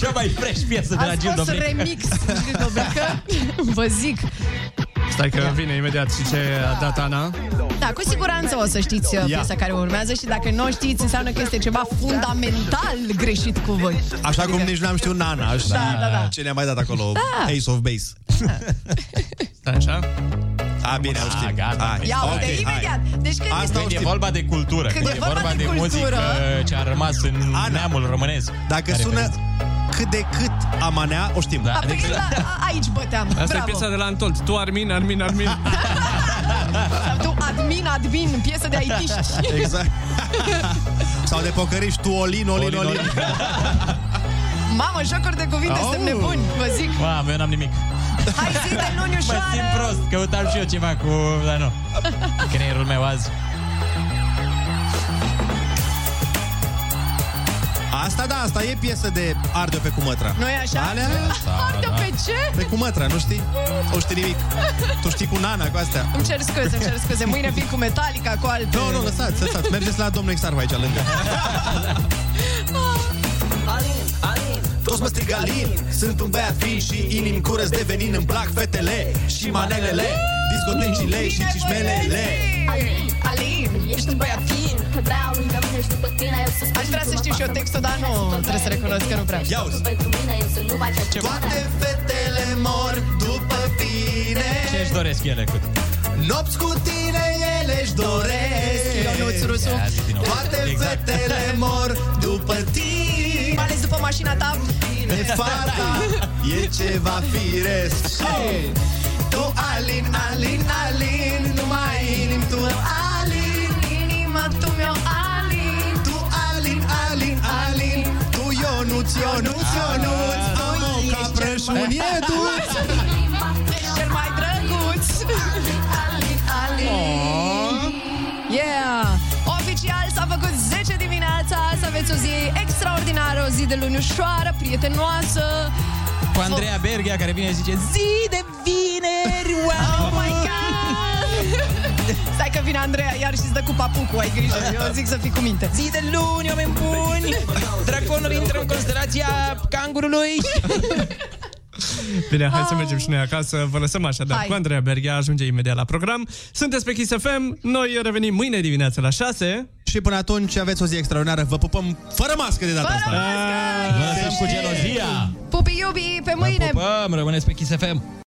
Cea mai fresh piesă de la A Gil scos Dobrică. remix Gil Dobrică. Vă zic. Stai că vine imediat și ce a dat Ana. Da, cu siguranță o să știți uh, piesa care urmează și dacă nu o știți, înseamnă că este ceva fundamental greșit cu voi. Așa cum nici nu am știut Nana. Așa. Da, da, da. Ce ne-a mai dat acolo? Da. Ace of Base. Stai așa. A, bine, o știm. A, gata. Hai. Ia uite, Ok, hai. imediat. Deci când Asta este... o Când e știm. vorba de cultură, când, e vorba de, cultură, muzică ce a rămas în neamul românesc. Dacă Care sună vezi? cât de cât amanea, o știm. A, pe- la, a- aici băteam. Asta Bravo. e piesa de la Antolt. Tu, Armin, Armin, Armin. Sau tu, admin, admin, piesă de aitiști. Exact. Sau de pocăriști, tu Olin, Olin, Olin. Olin. Mamă, jocuri de cuvinte, Au. suntem nebuni, vă zic. Mamă, eu n-am nimic. Hai zi de luni Mă ușoară. simt prost, căutam și eu ceva cu... Dar nu. Creierul meu azi. Asta da, asta e piesă de arde pe cumătra. Nu e așa? Da, Alea, Da, Arde pe ce? Pe cumătra, nu știi? Nu știi nimic. Tu știi cu Nana, cu astea. Îmi cer scuze, îmi cer scuze. Mâine vin cu Metallica, cu alte... Nu, nu, lăsați, lăsați. Mergeți la domnul Exarva aici lângă. Ah, Alin, Alin, toți mă strig Alin Sunt un băiat fin și inim curăț de venin Îmi plac fetele și manelele Discotecile și cișmelele Alin, Alin, ești un băiat fin Vreau lângă mine și după tine Aș vrea să știu și eu textul, dar nu trebuie să recunosc că nu prea Ia uzi. Toate fetele mor după tine Ce își doresc ele cu... Nopți cu tine ele își doresc Ionuț Rusu. Ia, zi din nou. Toate Exact. fetele mor după tine Mai ales după mașina ta Pe fata e ceva firesc Hey! Tu Alin, Alin, Alin Numai inim tu Alin Inima tu mi-o Alin Tu Alin, Alin, Alin Tu Ionuț, Ah. Ionuț, Ionuț Am ca prăjun e dulț Ești cel mai drăguț Alin, Alin, Alin Yeah! Oficial s-a făcut 10 dimineața Să aveți o zi extraordinară O zi de luni ușoară, prietenoasă Cu Andreea Berghia care vine și zice zi! Zi de vineri Wow, my God Stai că vine Andreea iar și-ți dă cu papucul Ai grijă, eu zic să fii cu minte Zi de luni, oameni buni! Draconul intră în constelația cangurului! Bine, hai să mergem și noi acasă. Vă lăsăm așa, dar Hai. cu Andreea Berghia ajunge imediat la program. Sunteți pe Kiss FM. Noi revenim mâine dimineața la 6. Și până atunci aveți o zi extraordinară. Vă pupăm fără mască de data Fără asta. mască! Vă lăsăm cu gelozia! Pupi iubi, pe mâine! Pupăm, rămâneți pe Kiss FM!